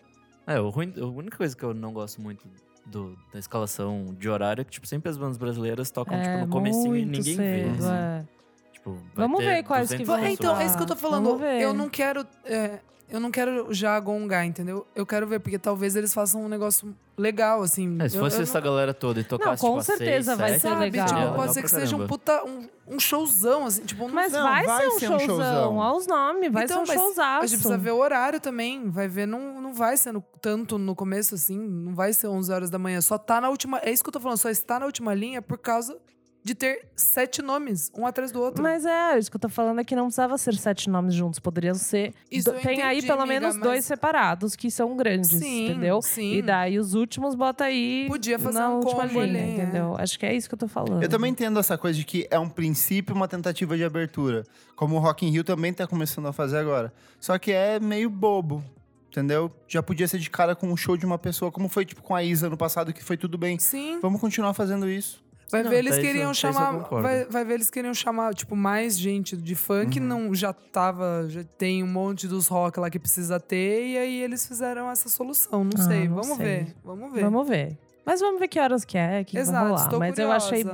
É, o ruim, a única coisa que eu não gosto muito do- da escalação de horário é que, tipo, sempre as bandas brasileiras tocam, é, tipo, no comecinho e muito ninguém cedo, vê. assim. é. Tipo, vai Vamos ter ver quais que 200 vão Va- pessoas. Então, é isso que eu tô Vamos falando. ver. Eu não quero. é, eu não quero já gongar, entendeu? Eu quero ver, porque talvez eles façam um negócio legal, assim. É, se Eu- fosse eu essa galera toda e tocasse, com tipo, às seis, certeza vai sete, ser Sabe, legal. tipo, seria pode legal ser que pra seja um caramba. puta. Um, um showzão, assim. Tipo, não- Mas Não, vai, vai ser um ser um showzão. showzão. Olha os nomes, vai Então, ser um mas showzaço. a gente precisa ver o horário também. Vai ver, não, não vai ser no- tanto no começo, assim. Não vai ser 11 horas da manhã. Só tá na última. É isso que eu tô falando, só está na última linha por causa de ter sete nomes, um atrás do outro. Mas é, isso que eu tô falando é que não precisava ser sete nomes juntos, poderiam ser. Isso do- eu tem aí entendi, pelo amiga, menos mas- dois separados que são grandes, sim, entendeu? Sim. E daí os últimos bota aí Podia fazer na um última linha, combo ali, é. entendeu? Acho que é isso que eu tô falando. Eu também entendo essa coisa de que é um princípio e uma tentativa de abertura. Como o Rock in Rio também tá começando a fazer agora. Só que é meio bobo, entendeu? Já podia ser de cara com um show de uma pessoa, como foi, tipo, com a Isa no passado, que foi tudo bem. Sim. Vamos continuar fazendo isso. Vai Não, ver, eles tá, isso- queriam isso eu chamar. concordo. vai, vai ver, eles queriam chamar, tipo, mais gente de funk. Uhum. Não já tava. Já tem um monte dos rock lá que precisa ter. E aí eles fizeram essa solução. Não Ah, sei. não vamos sei. ver. Vamos ver. Vamos ver. Mas vamos ver que horas que é, que vai Exato, rolar. estou Mas eu curiosa. achei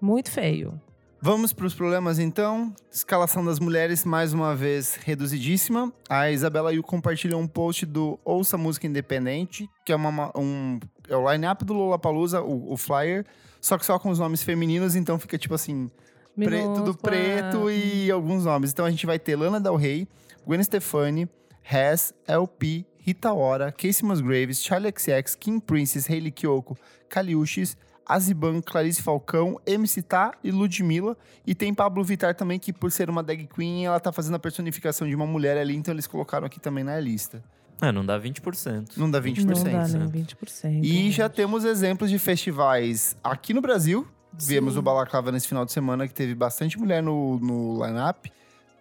muito feio. Vamos para os problemas então. Escalação das mulheres, mais uma vez, reduzidíssima. A Isabela Yu compartilhou um post do Ouça Música Independente, que é, uma, um, é o line-up do Lollapalooza, o, o flyer, só que só com os nomes femininos, então fica tipo assim, pre- tudo Minúscula. Uhum. preto e alguns nomes. Então a gente vai ter Lana Del Rey, Gwen Stefani, Hess, LP, Rita Ora, Casey Musgraves, Charlie XX, Kim Princess, Hailey Kiyoko, Kaliushis, Aziban, Clarice Falcão, MC Tá e Ludmilla. E tem Pablo Vittar também, que por ser uma drag queen, ela tá fazendo a personificação de uma mulher ali, então eles colocaram aqui também na lista. É, não dá 20%. Não dá Não 20%. dá nem né? 20%. E já temos exemplos de festivais aqui no Brasil. Vemos o Balaclava nesse final de semana, que teve bastante mulher no, no line-up.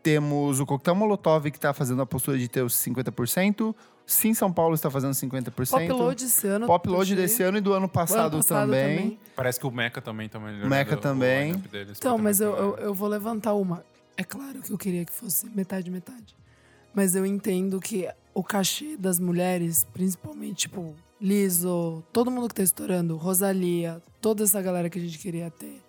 Temos o Coquetel Molotov, que tá fazendo a postura de ter os 50%. Sim, São Paulo está fazendo 50%. Popload esse ano. Popload desse ano e do ano O né? ano passado, também. Parece que o Mecha também tá melhorando. Meca o também. lineup deles pra Então, mas eu, também eu, pegar. eu vou levantar uma. É claro que eu queria que fosse metade, metade. Mas eu entendo que o cachê das mulheres, principalmente, tipo, Liso, todo mundo que tá estourando, Rosalia, toda essa galera que a gente queria ter,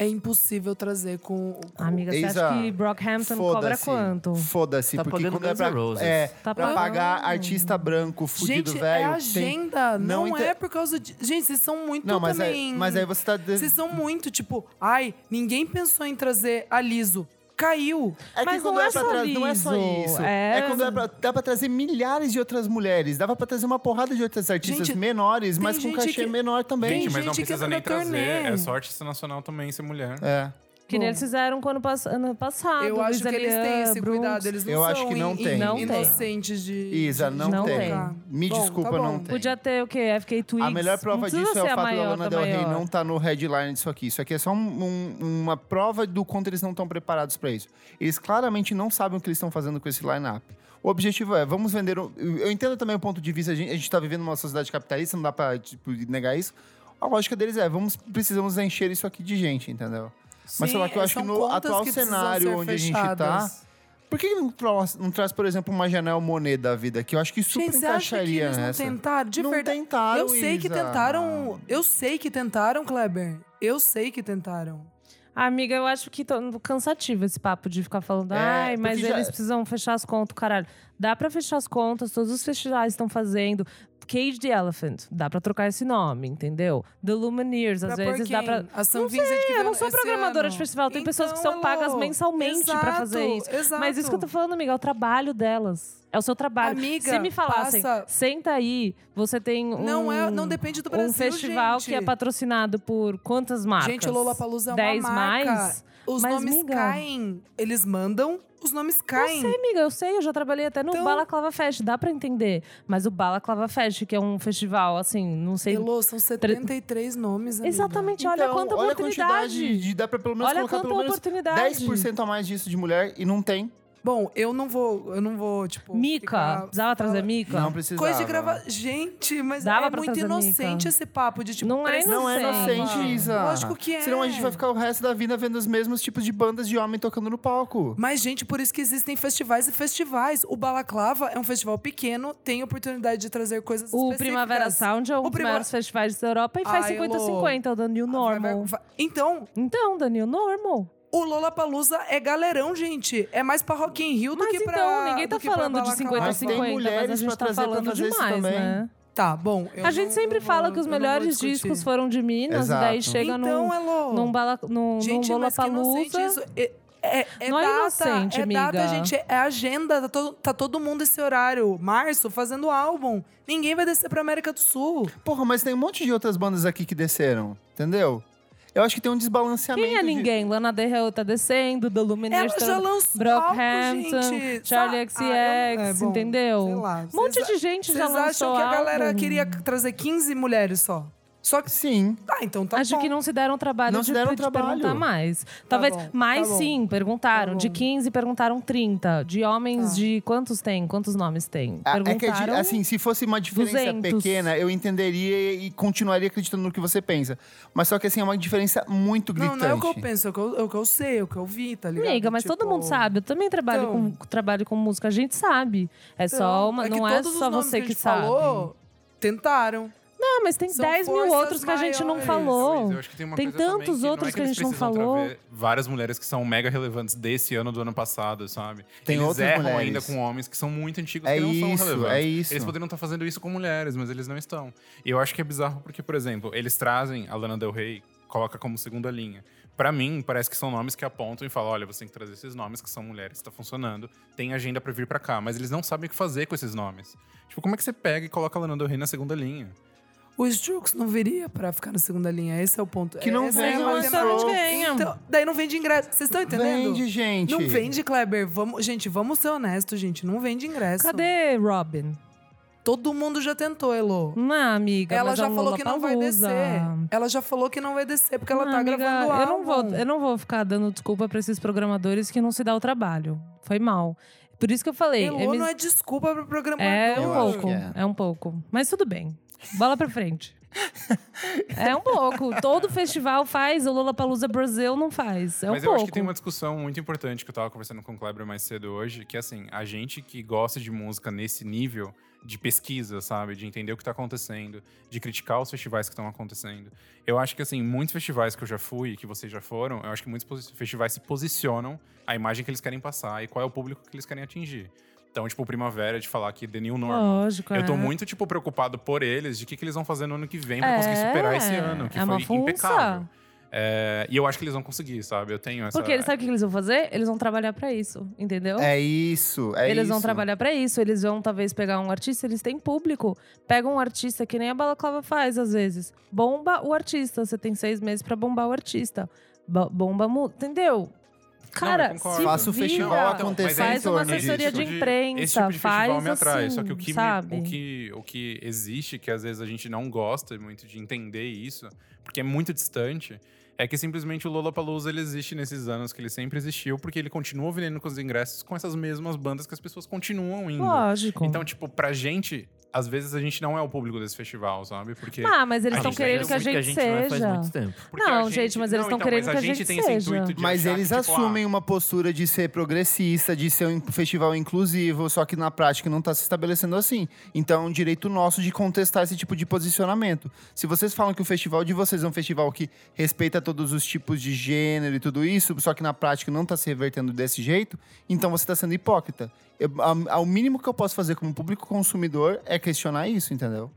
é impossível trazer com. com Amiga, É, você Isa, acha que Brockhampton cobra Foda-se. quanto? Foda-se, Tá porque pagando quando é Guns N' pra, Roses. é, Tá pra pagando. pagar artista branco, fudido Gente, é velho. tem- agenda, não não, inte- é por causa de. Gente, vocês são muito Não, mas, também. aí, mas aí você tá. des- Vocês são muito, tipo, ai, ninguém pensou em trazer a Liso. Caiu. É que Mas quando não é é pra só tra- não é só liso, isso. É, é- quando é pra, dá pra trazer milhares de outras mulheres. Dava pra trazer uma porrada de outras artistas Gente, menores, tem mas com gente cachê que- menor também. Gente, mas não gente que precisa anda nem na turnê. trazer. É só artista nacional também ser mulher. É. Que nem eles fizeram quando pass ano passado. Eu acho Luísa que eles têm esse Lian, cuidado. Brooks. Eles não Eu são acho que não in- tem. Não tem. inocentes de. Isa, de- não, Não tem. tem. Me Bom, tá desculpa, não bom. tem. Podia ter o quê? FK Twigs. A melhor Não prova precisa disso é ser o a fato da maior Lana da Del Rey maior. não estar no headline disso aqui. Isso aqui é só um- um- uma prova do quanto eles não estão preparados para isso. Eles claramente não sabem o que eles estão fazendo com esse line-up. O objetivo é, vamos vender... um- eu entendo também o ponto de vista, a gente, está vivendo numa sociedade capitalista, não dá para negar isso. A lógica deles é, vamos, precisamos encher isso aqui de gente, entendeu? Mas sei lá, que eu acho que são no contas atual que precisam cenário ser onde a gente tá, fechadas. Por que não, tra- não traz, por exemplo, uma Janelle Monet da vida? Que eu acho que super Gente, você acha que encaixaria eles nessa. não tentaram? De Não verdade. tentaram, eu sei que Isa. tentaram. Eu sei que tentaram, Kleber. Eu sei que tentaram. Amiga, eu acho que tá cansativo esse papo de ficar falando, É, ai, porque mas já- eles precisam fechar as contas, caralho. Dá pra fechar as contas, todos os festivais estão fazendo. Cage the Elephant, dá pra trocar esse nome, entendeu? The Lumineers, às Pra pôr vezes dá pra. quem? A São Vincent que Eu não vieram sou esse programadora de ano. festival, tem pessoas que Então, são pagas alô, mensalmente exato, pra fazer isso. Exato. Mas isso que eu tô falando, amiga, é o trabalho delas. É o seu trabalho. Amiga, Se me falassem, passa- senta aí, você tem um. Não, é, não depende do Brasil, um festival gente. que é patrocinado por quantas marcas? Gente, o Lollapalooza é uma 10 marca. mais? Os Mas, nomes miga. caem. Eles mandam, os nomes Eu caem. sei, amiga, eu sei, eu já trabalhei até no Então- Balaclava Fest, dá pra entender. Mas o Balaclava Fest, que é um festival, assim, não sei. Elô, são 73 nomes, né? amiga. Exatamente, Então, olha quanta olha a oportunidade. quantidade de dá pra pelo menos olha colocar quanta pelo menos oportunidade. 10% a mais disso de mulher e não tem. Bom, eu não vou, eu não vou, tipo... Mica, ficar- precisava trazer Mica? Não precisa. Coisa de gravar... Gente, mas Dava é pra muito trazer inocente Mica. esse papo de, tipo... Não é precisava. Não é inocente, Isa. Lógico que é. Senão a gente vai ficar o resto da vida vendo os mesmos tipos de bandas de homem tocando no palco. Mas, gente, por isso que existem festivais e festivais. O Balaclava é um festival pequeno, tem oportunidade de trazer coisas O específicas. Primavera Sound é um O dos Primavera- maiores festivais da Europa e faz Ai, Elô. 50-50, é o da New Vai- Normal. vai- Então, Então, da New Normal. O Lollapalooza é galerão, gente. É mais pra Rock in Rio do Mas que pra... então, ninguém tá do que pra falando de Balaclava. 50 a Mas tem 50, mas a mulheres gente pra tá trazer pra falando fazer isso demais, também. né? Tá, bom. eu a gente não- sempre eu fala vou- que os eu não vou melhores discutir. discos foram de Minas, Exato. e daí chega Então, num, Elô... num, bala, num, gente, num mas que inocente Lollapalooza. isso. É, é, é Não é data, inocente, é data, amiga. gente. É agenda. Tá todo, tá todo mundo esse horário. Março, fazendo álbum. Ninguém vai descer pra América do Sul. Porra, mas tem um monte de outras bandas aqui que desceram, entendeu? Eu acho que tem um desbalanceamento. Quem é de- ninguém? Lana Del Rey tá descendo, The Ela Lumineers tá... É, já lançou Brockhampton, álbum, gente. Charlie Sa- Ah, eu- é, XCX, bom, entendeu? sei lá. Um monte Vocês- de gente já Vocês lançou acham que a galera álbum. queria trazer 15 mulheres só? Só que. Sim. Tá, então tá Acho bom. que não se deram o trabalho Não de, se deram de trabalho. perguntar mais. Talvez, Tá bom, tá mas bom. sim, perguntaram. Tá de bom. 15, perguntaram 30. De homens, Tá. de quantos tem? Quantos nomes tem? Ah, É que, a gente- perguntaram. assim, se fosse uma diferença 200. pequena, eu entenderia e continuaria acreditando no que você pensa. Mas só que, assim, é uma diferença muito Não, gritante. não é o que eu penso, é o que eu, é o que eu sei, é o que eu vi, tá ligado? Amiga, mas todo Tipo, mundo sabe. Eu também trabalho, Então. com, trabalho com música, a gente sabe. É só então, uma, que não é todos os só nomes você a que, gente sabe. falou, tentaram. Não, mas tem São 10 mil forças outros que a gente não maiores. falou. Mas eu acho que tem uma Tem coisa também tantos que não é outros que que a eles gente não precisam falou. trazer Várias mulheres que são mega relevantes desse ano, do ano passado, sabe? Tem eles outras erram mulheres. ainda com homens que são muito antigos É que não isso, são relevantes. é isso. Eles poderiam estar fazendo isso com mulheres, mas eles não estão. E eu acho que é bizarro porque, por exemplo, eles trazem a Lana Del Rey, coloca como segunda linha. Pra mim, parece que são nomes que apontam e falam: olha, você tem que trazer esses nomes que são mulheres, tá funcionando, tem agenda pra vir pra cá, mas eles não sabem o que fazer com esses nomes. Tipo, como é que você pega e coloca a Lana Del Rey na segunda linha? O Strokes não viria pra ficar na segunda linha, esse é o ponto. Que não Essa venha é a o matemática. Strokes. Venha. Então, daí não vende ingresso. Vocês estão entendendo? Vende, gente. Não vende, Kleber. Vamos, gente, vamos ser honestos, gente. Não vende ingresso. Cadê Robin? Todo mundo já tentou, Elô. Não, amiga. Ela mas já é um falou que não vai Lollapalooza. descer. Ela já falou que não vai descer porque ela Ah, tá amiga, gravando álbum. eu não vou Eu não vou ficar dando desculpa pra esses programadores que não se dá o trabalho. Foi mal. Por isso que eu falei. Elô eles- não é desculpa pra programar. é Eu um acho pouco, que é. é. um pouco. Mas tudo bem. Bola pra frente. é um pouco. Todo festival faz, o Lollapalooza Brasil não faz. É um Mas eu pouco. acho que tem uma discussão muito importante que eu tava conversando com o Kleber mais cedo hoje, que assim, a gente que gosta de música nesse nível de pesquisa, sabe? De entender o que tá acontecendo, de criticar os festivais que estão acontecendo. Eu acho que, assim, muitos festivais que eu já fui e que vocês já foram, eu acho que muitos posi- festivais se posicionam a imagem que eles querem passar e qual é o público que eles querem atingir. Então, tipo, Primavera, de falar que The New Normal. Lógico, Eu tô é. muito, tipo, preocupado por eles, de o que, que eles vão fazer no ano que vem pra conseguir É, superar esse ano, que é uma foi função. impecável. É, e eu acho que eles vão conseguir, sabe? Eu tenho essa. Porque eles, sabe o que eles vão fazer? Eles vão trabalhar pra isso, entendeu? É isso, é Oh. eles vão isso. trabalhar pra isso, eles vão talvez pegar um artista, eles têm público. Pega um artista que nem a balaclava faz às vezes. Bomba o artista, você tem seis meses pra bombar o artista. Bo- bomba mu- entendeu? Cara, concordo. se Faça o vira, festival um acontecer faz em torno uma assessoria é disso. de Esse imprensa, tipo de faz festival me atrai, assim, só que o que, me- sabe? o, que, o que existe, que às vezes a gente não gosta muito de entender isso, porque é muito distante, é que simplesmente o Lollapalooza ele existe nesses anos que ele sempre existiu, porque ele continua vendendo com os ingressos com essas mesmas bandas que as pessoas continuam indo. Lógico. Então, tipo, pra gente, às vezes a gente não é o público desse festival, sabe? Porque ah, mas a eles estão gente tá querendo que a indo gente, não é faz seja. muito tempo. Porque Não, a gente, mas eles Não, tão então, querendo mas que a gente tem esse seja. intuito de Mas achar eles que, tipo, ah, assumem uma postura de ser progressista, de ser um festival inclusivo, só que na prática não está se estabelecendo assim. Então é um direito nosso de contestar esse tipo de posicionamento. Se vocês falam que o festival de vocês é um festival que respeita todos os tipos de gênero e tudo isso, só que na prática não está se revertendo desse jeito, então você está sendo hipócrita. Eu, a- ao mínimo que eu posso fazer como público consumidor é questionar isso, entendeu?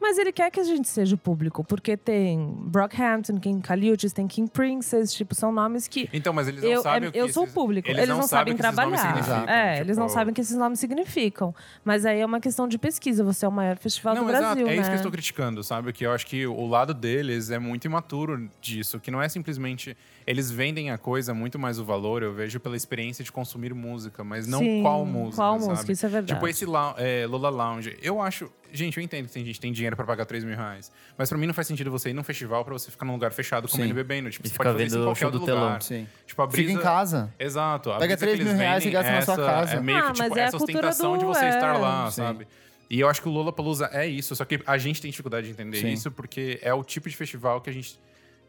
Mas ele quer que a gente seja o público, porque tem Brockhampton, tem Caliutes, tem King Princess, tipo, são nomes que Então, mas eles não eu, sabem é- o que eu sou o esses- público. Eles, não, sabem, o que esses nomes trabalhar. significam, é, tipo- eles não sabem o que esses nomes significam. Mas aí é uma questão de pesquisa. Você é o maior festival não, do Brasil, exato. né? É isso que eu estou criticando, sabe? Que eu acho que o lado deles é muito imaturo disso. Que não é simplesmente... Eles vendem a coisa, muito mais o valor, eu vejo, pela experiência de consumir música. Mas não Sim, qual música, Qual sabe? música, isso é verdade. Tipo, esse lou- é, Lola Lounge, eu acho. Gente, eu entendo que tem gente que tem dinheiro pra pagar 3 mil reais. Mas pra mim não faz sentido você ir num festival pra você ficar num lugar fechado comendo Sim. e bebendo. Tipo, E você ficar pode fazer isso em vendo o qualquer show outro do telão. lugar. Sim. Tipo, a brisa... Fica em casa. Exato. A Pega brisa que 3 mil eles reais e vendem gasta na sua essa- casa. É meio Ah, que tipo, mas é a essa cultura ostentação do- de você é. estar lá, Sim. sabe? E eu acho que o Lollapalooza é isso. Só que a gente tem dificuldade de entender Sim. isso, porque é o tipo de festival que a gente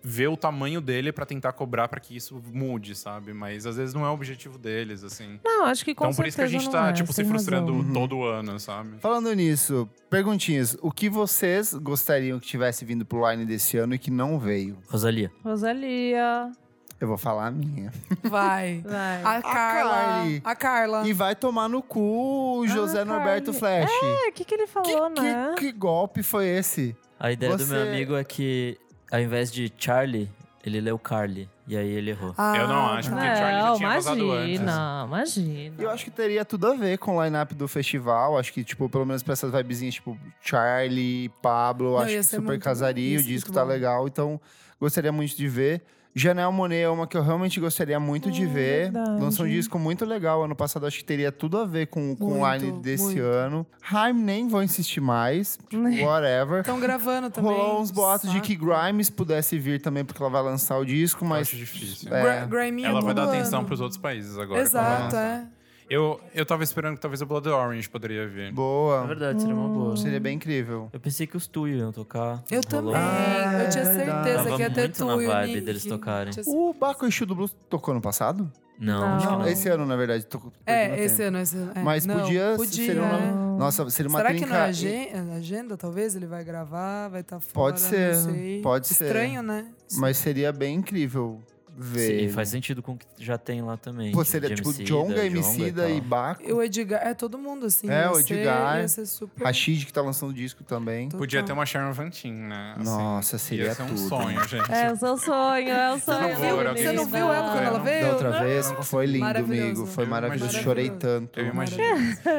vê o tamanho dele pra tentar cobrar pra que isso mude, sabe? Mas às vezes não é o objetivo deles, assim. Não, acho que com então por isso que a certeza gente não tá, é, tipo, se tem frustrando Uhum. razão. todo ano, sabe? Falando nisso, perguntinhas. O que vocês gostariam que tivesse vindo pro Line desse ano e que não veio? Rosalia. Rosalia, Eu vou falar a minha. Vai. vai. Ah, A Carly. Carla. A Carla. E vai tomar no cu o José Ah, Norberto Carly. Flash. É, o que, que ele Que- falou, que, né? que golpe foi esse? A ideia do meu Você- amigo é que, ao invés de Charlie, ele leu Carly. E aí ele errou. Ah, Eu não acho, tá. porque o Charlie já Não, tinha vazado antes. É, oh, imagina, imagina. Eu acho que teria tudo a ver com o line-up do festival. Acho que, tipo, pelo menos pra essas vibezinhas, tipo, Charlie, Pablo, Não, acho ia que ser super muito bom. casaria, Ia o ser disco muito tá bom. legal. Então, gostaria muito de ver. Janelle Monet é uma que eu realmente gostaria muito Ah, de É ver. verdade. Lançou um disco muito legal ano passado. Acho que teria tudo a ver com, com o Muito, line desse muito. ano. Haim nem vou insistir mais. Whatever. Estão gravando também. Rolou uns boatos de Então, tá Saco. que Grimes pudesse vir também, porque ela vai lançar o disco, Eu mas acho difícil. É. Gra- Griminha Ela vai todo dar ano. atenção pros outros países agora. quando vai Exato, lançar. é. Eu, eu tava esperando que talvez o Blood Orange poderia vir. É Na boa. verdade, seria uma boa. Hum. Seria bem incrível. Eu pensei que os Tuyo iam tocar. Eu Rolou. também. eu tinha é verdade. certeza que ia Tava ter muito na tu e o vibe Nick. deles tocarem. Tinha- O Bakushu do Blues tocou no passado? Não, Não. acho que Não, não. Esse ano, na verdade. Tocou, tocou É, no esse tempo. ano, esse ano. é. Mas Não, podia, podia ser uma... né? Nossa, seria uma Será que trinca... não é agenda, agenda? Talvez ele vai gravar, vai estar fora. Pode ser, não sei. pode ser. Estranho, né? Mas seria bem incrível ver. Sim, faz sentido com o que já tem lá também. Pô, seria tipo Emicida, Jonga, Djonga Emicida e tal. Baco. O Edgar, é todo mundo assim. É, ia o ser- Edgar, Ia ser super. Ah, Rashid, que tá lançando disco também. Total. Podia ter uma Sharon Van Teen, né? Assim, Nossa, seria ia ser um tudo, né? sonho, gente. É o seu sonho, é o sonho. não viu- menina. alguém Você não viu ela quando ela Da veio? Da outra vez, foi lindo, Maravilhoso. amigo. Foi Eu maravilhoso. imagino. Chorei tanto. um Eu imagino.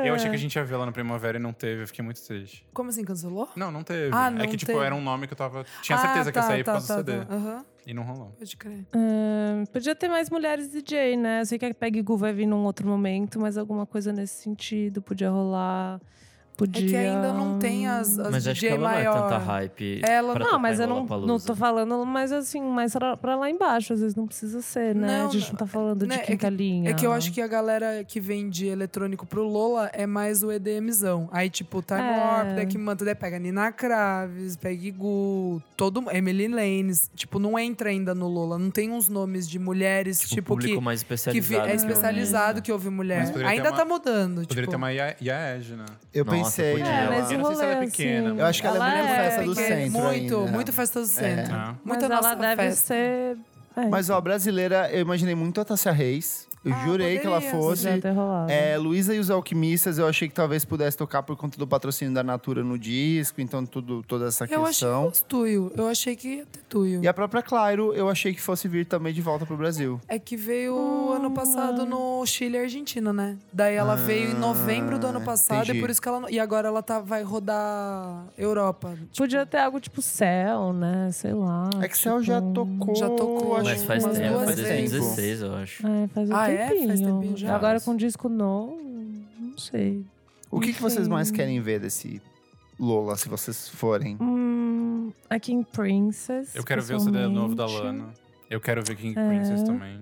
Eu achei que a gente ia ver lá na primavera e não teve, eu fiquei muito triste. Como assim, cancelou? Não, não teve. Ah, não é que, tipo, teve. era um nome que eu tava. Tinha Ah, certeza que ia tá, sair tá, por causa tá, do CD. tá. Tipo, Aham, E não rolou. pode crer. Ah, podia ter mais mulheres DJ, né? Eu sei que a Peggy Goo vai vir num outro momento, mas alguma coisa nesse sentido podia rolar. É Podia. que ainda não tem as, as Mas acho que DJ ela não é maior. tanta hype. Ela pra Não, tocar mas em eu não, não Lollapalooza. tô falando, mas assim, mais pra, pra lá embaixo, às vezes não precisa ser, né? Não, a gente não tá falando né, é de quinta que- linha. É que eu acho que a galera que vende eletrônico pro Lola é mais o EDMzão. Aí, tipo, Time É. Warp, Deck Manta, daí pega Nina Kraves, pega Gu, todo mu- Emily Lanes. Tipo, não entra ainda no Lola. Não tem uns nomes de mulheres, Tipo, tipo, o público que, mais que especializado. vi- é pelo menos, especializado né? que ouve Mas mulher. poderia ter Ainda uma- tá tá mudando. Poderia tipo, ter uma Ia- Yaege, né? Eu Nossa, pensei... podia. É, mas Eu o não sei se rolê, ela é assim, pequena, mas- Eu acho que ela é muito é festa do pequena, centro Muito, ainda. muito festa do centro. É. Muita mas ela nossa deve festa. ser. é. Mas, ó, brasileira, eu imaginei muito a Tassia Reis. Eu Ah, jurei que ela poderia. fosse. Podia ter assim, rolado. É, Luísa e os Alquimistas, eu achei que talvez pudesse tocar por conta do patrocínio da Natura no disco, então tudo, toda essa Eu achei que questão. fosse Tuyo. Eu achei que é ia ter Tuyo. E a própria Clairo, eu achei que fosse vir também de volta pro Brasil. É que veio ano passado no Chile e Argentina, né? Daí ela Ah, veio em novembro do ano passado entendi. e por isso que ela não- e agora ela tá vai rodar Europa. Podia ter algo tipo céu, né? Sei lá. Excel tipo- já tocou. Ah, É já tocou. acho Mas que faz é umas tempo, duas faz vezes. 2016, eu acho. É, faz um Ah, é? Faz tempinho. tempinho já? Agora com disco novo, não sei. O que, que vocês Enfim. mais querem ver desse Lola, se vocês forem? Hum, aqui em Princess. Eu quero ver o CD novo da pessoalmente. Lana. Eu quero ver King É. Princess também.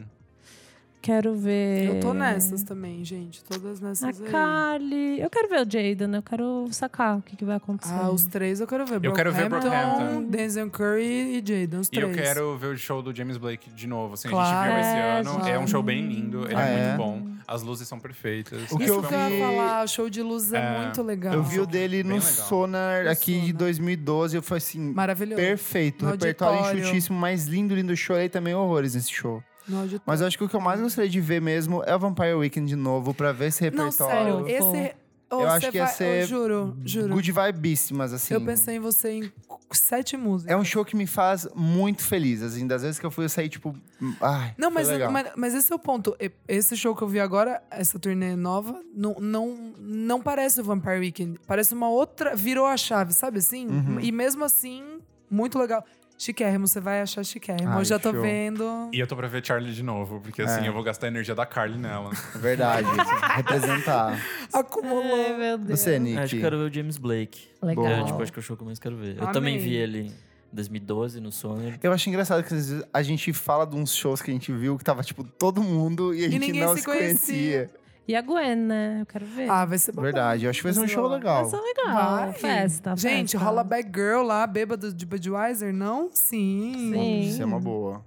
Quero ver. Eu tô nessas também, gente. Todas A nessas aí. Carly. Eu quero ver o Jaden, eu quero sacar o que, que vai acontecer. Ah, os três eu quero ver. Eu quero ver Brockhampton. Denzel Curry e Jaden, os E eu três. quero ver o show do James Blake de novo. Assim, a Claro. gente viu esse É, ano. É um show bem sim. lindo, ele Ah, é, é? muito bom. As luzes são perfeitas. O que Isso eu Esse que eu filme- ia vi- falar, o show de luz é, É, muito legal. Eu vi o dele Bem no legal. Sonar No aqui de Sonar. 2012, eu falei assim, Maravilhoso. perfeito, No repertório auditório. enxutíssimo, mas lindo, lindo, Eu chorei também horrores nesse show. No auditório. Mas eu acho que o que eu mais gostaria de ver mesmo é o Vampire Weekend de novo, pra ver esse Não, repertório. sério, esse. Ô, Eu acho cê que ia vai- ô, ser juro, juro. Good vibíssimas, assim. Eu pensei em você em sete músicas. É um show que me faz muito feliz, assim. Das vezes que eu fui, eu saí, tipo... hum, Ai, Não, foi mas, legal. mas, mas esse é o ponto. E- Esse show que eu vi agora, essa turnê nova, não, não, não parece o Vampire Weekend. Parece uma outra. Virou a chave, sabe assim? Uhum. E mesmo assim, muito legal. Chiquérrimo, você vai achar chiquérrimo. Ai, eu já tô show. vendo. um- E eu tô pra ver Charlie de novo, porque assim, É. eu vou gastar a energia da Carly nela. É Verdade, assim, representar. Acumulou. Ai, meu Deus. Você, Eu Nick. É, Acho que eu quero ver o James Blake. Legal. Boa. É, tipo, acho que é o show que eu mais quero ver. Eu Amei. também vi ele em 2012 no Sony. Eu acho engraçado que às vezes a gente fala de uns shows que a gente viu que tava, tipo, todo mundo e a E gente ninguém não se se conhecia. E a Gwen, né? Eu quero ver. Ah, vai ser bom. Verdade, eu acho que vai ser um Esse show rolê. legal. Mas é legal. Festa, Gente, festa. rola Bad Girl lá, bêbado de Budweiser, não? Sim. Sim. Isso é uma boa.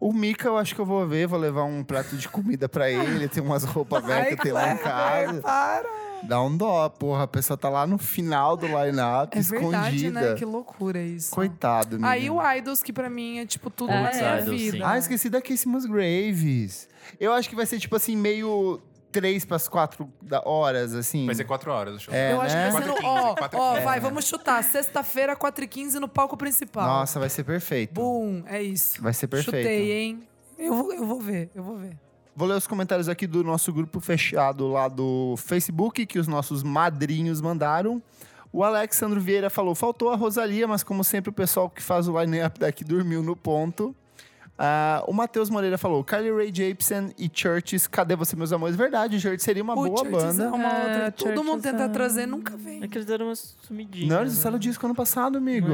O Mika, eu acho que eu vou ver, vou levar um prato de comida pra ele, tem umas roupas velhas que eu tenho lá em casa. Para. Dá um dó, porra. A pessoa tá lá no final do line-up, É verdade, escondida. né? Que loucura isso. Coitado, menino. Aí o né? Idols, que pra mim é tipo tudo Putz, na minha Idols, vida. sim. Ah, esqueci da Kissimus Graves. Eu acho que vai ser, tipo assim, meio três pras quatro da- horas, assim. Vai ser quatro horas o show. É, Eu acho que vai ser no. 4h15, Ó, 4h15. ó, É. vai, vamos chutar. Sexta-feira, 4h15 no palco principal. Nossa, vai ser perfeito. Boom, é isso. Vai ser perfeito. Chutei, hein? Eu vou, eu vou ver, eu vou ver. Vou ler os comentários aqui do nosso grupo fechado lá do Facebook, que os nossos madrinhos mandaram. O Alexandro Vieira falou: faltou a Rosalia, mas como sempre o pessoal que faz o line-up daqui dormiu no ponto. Ah, o Matheus Moreira falou: Kylie Ray Jepsen e Churches, cadê você, meus amores? Verdade, Churches seria uma O boa Churches banda. É uma É, outra. Todo mundo Churches tenta é- trazer, nunca vem. É que eles deram uma sumidinha. Não, eles né? lançaram o disco ano passado, amigo.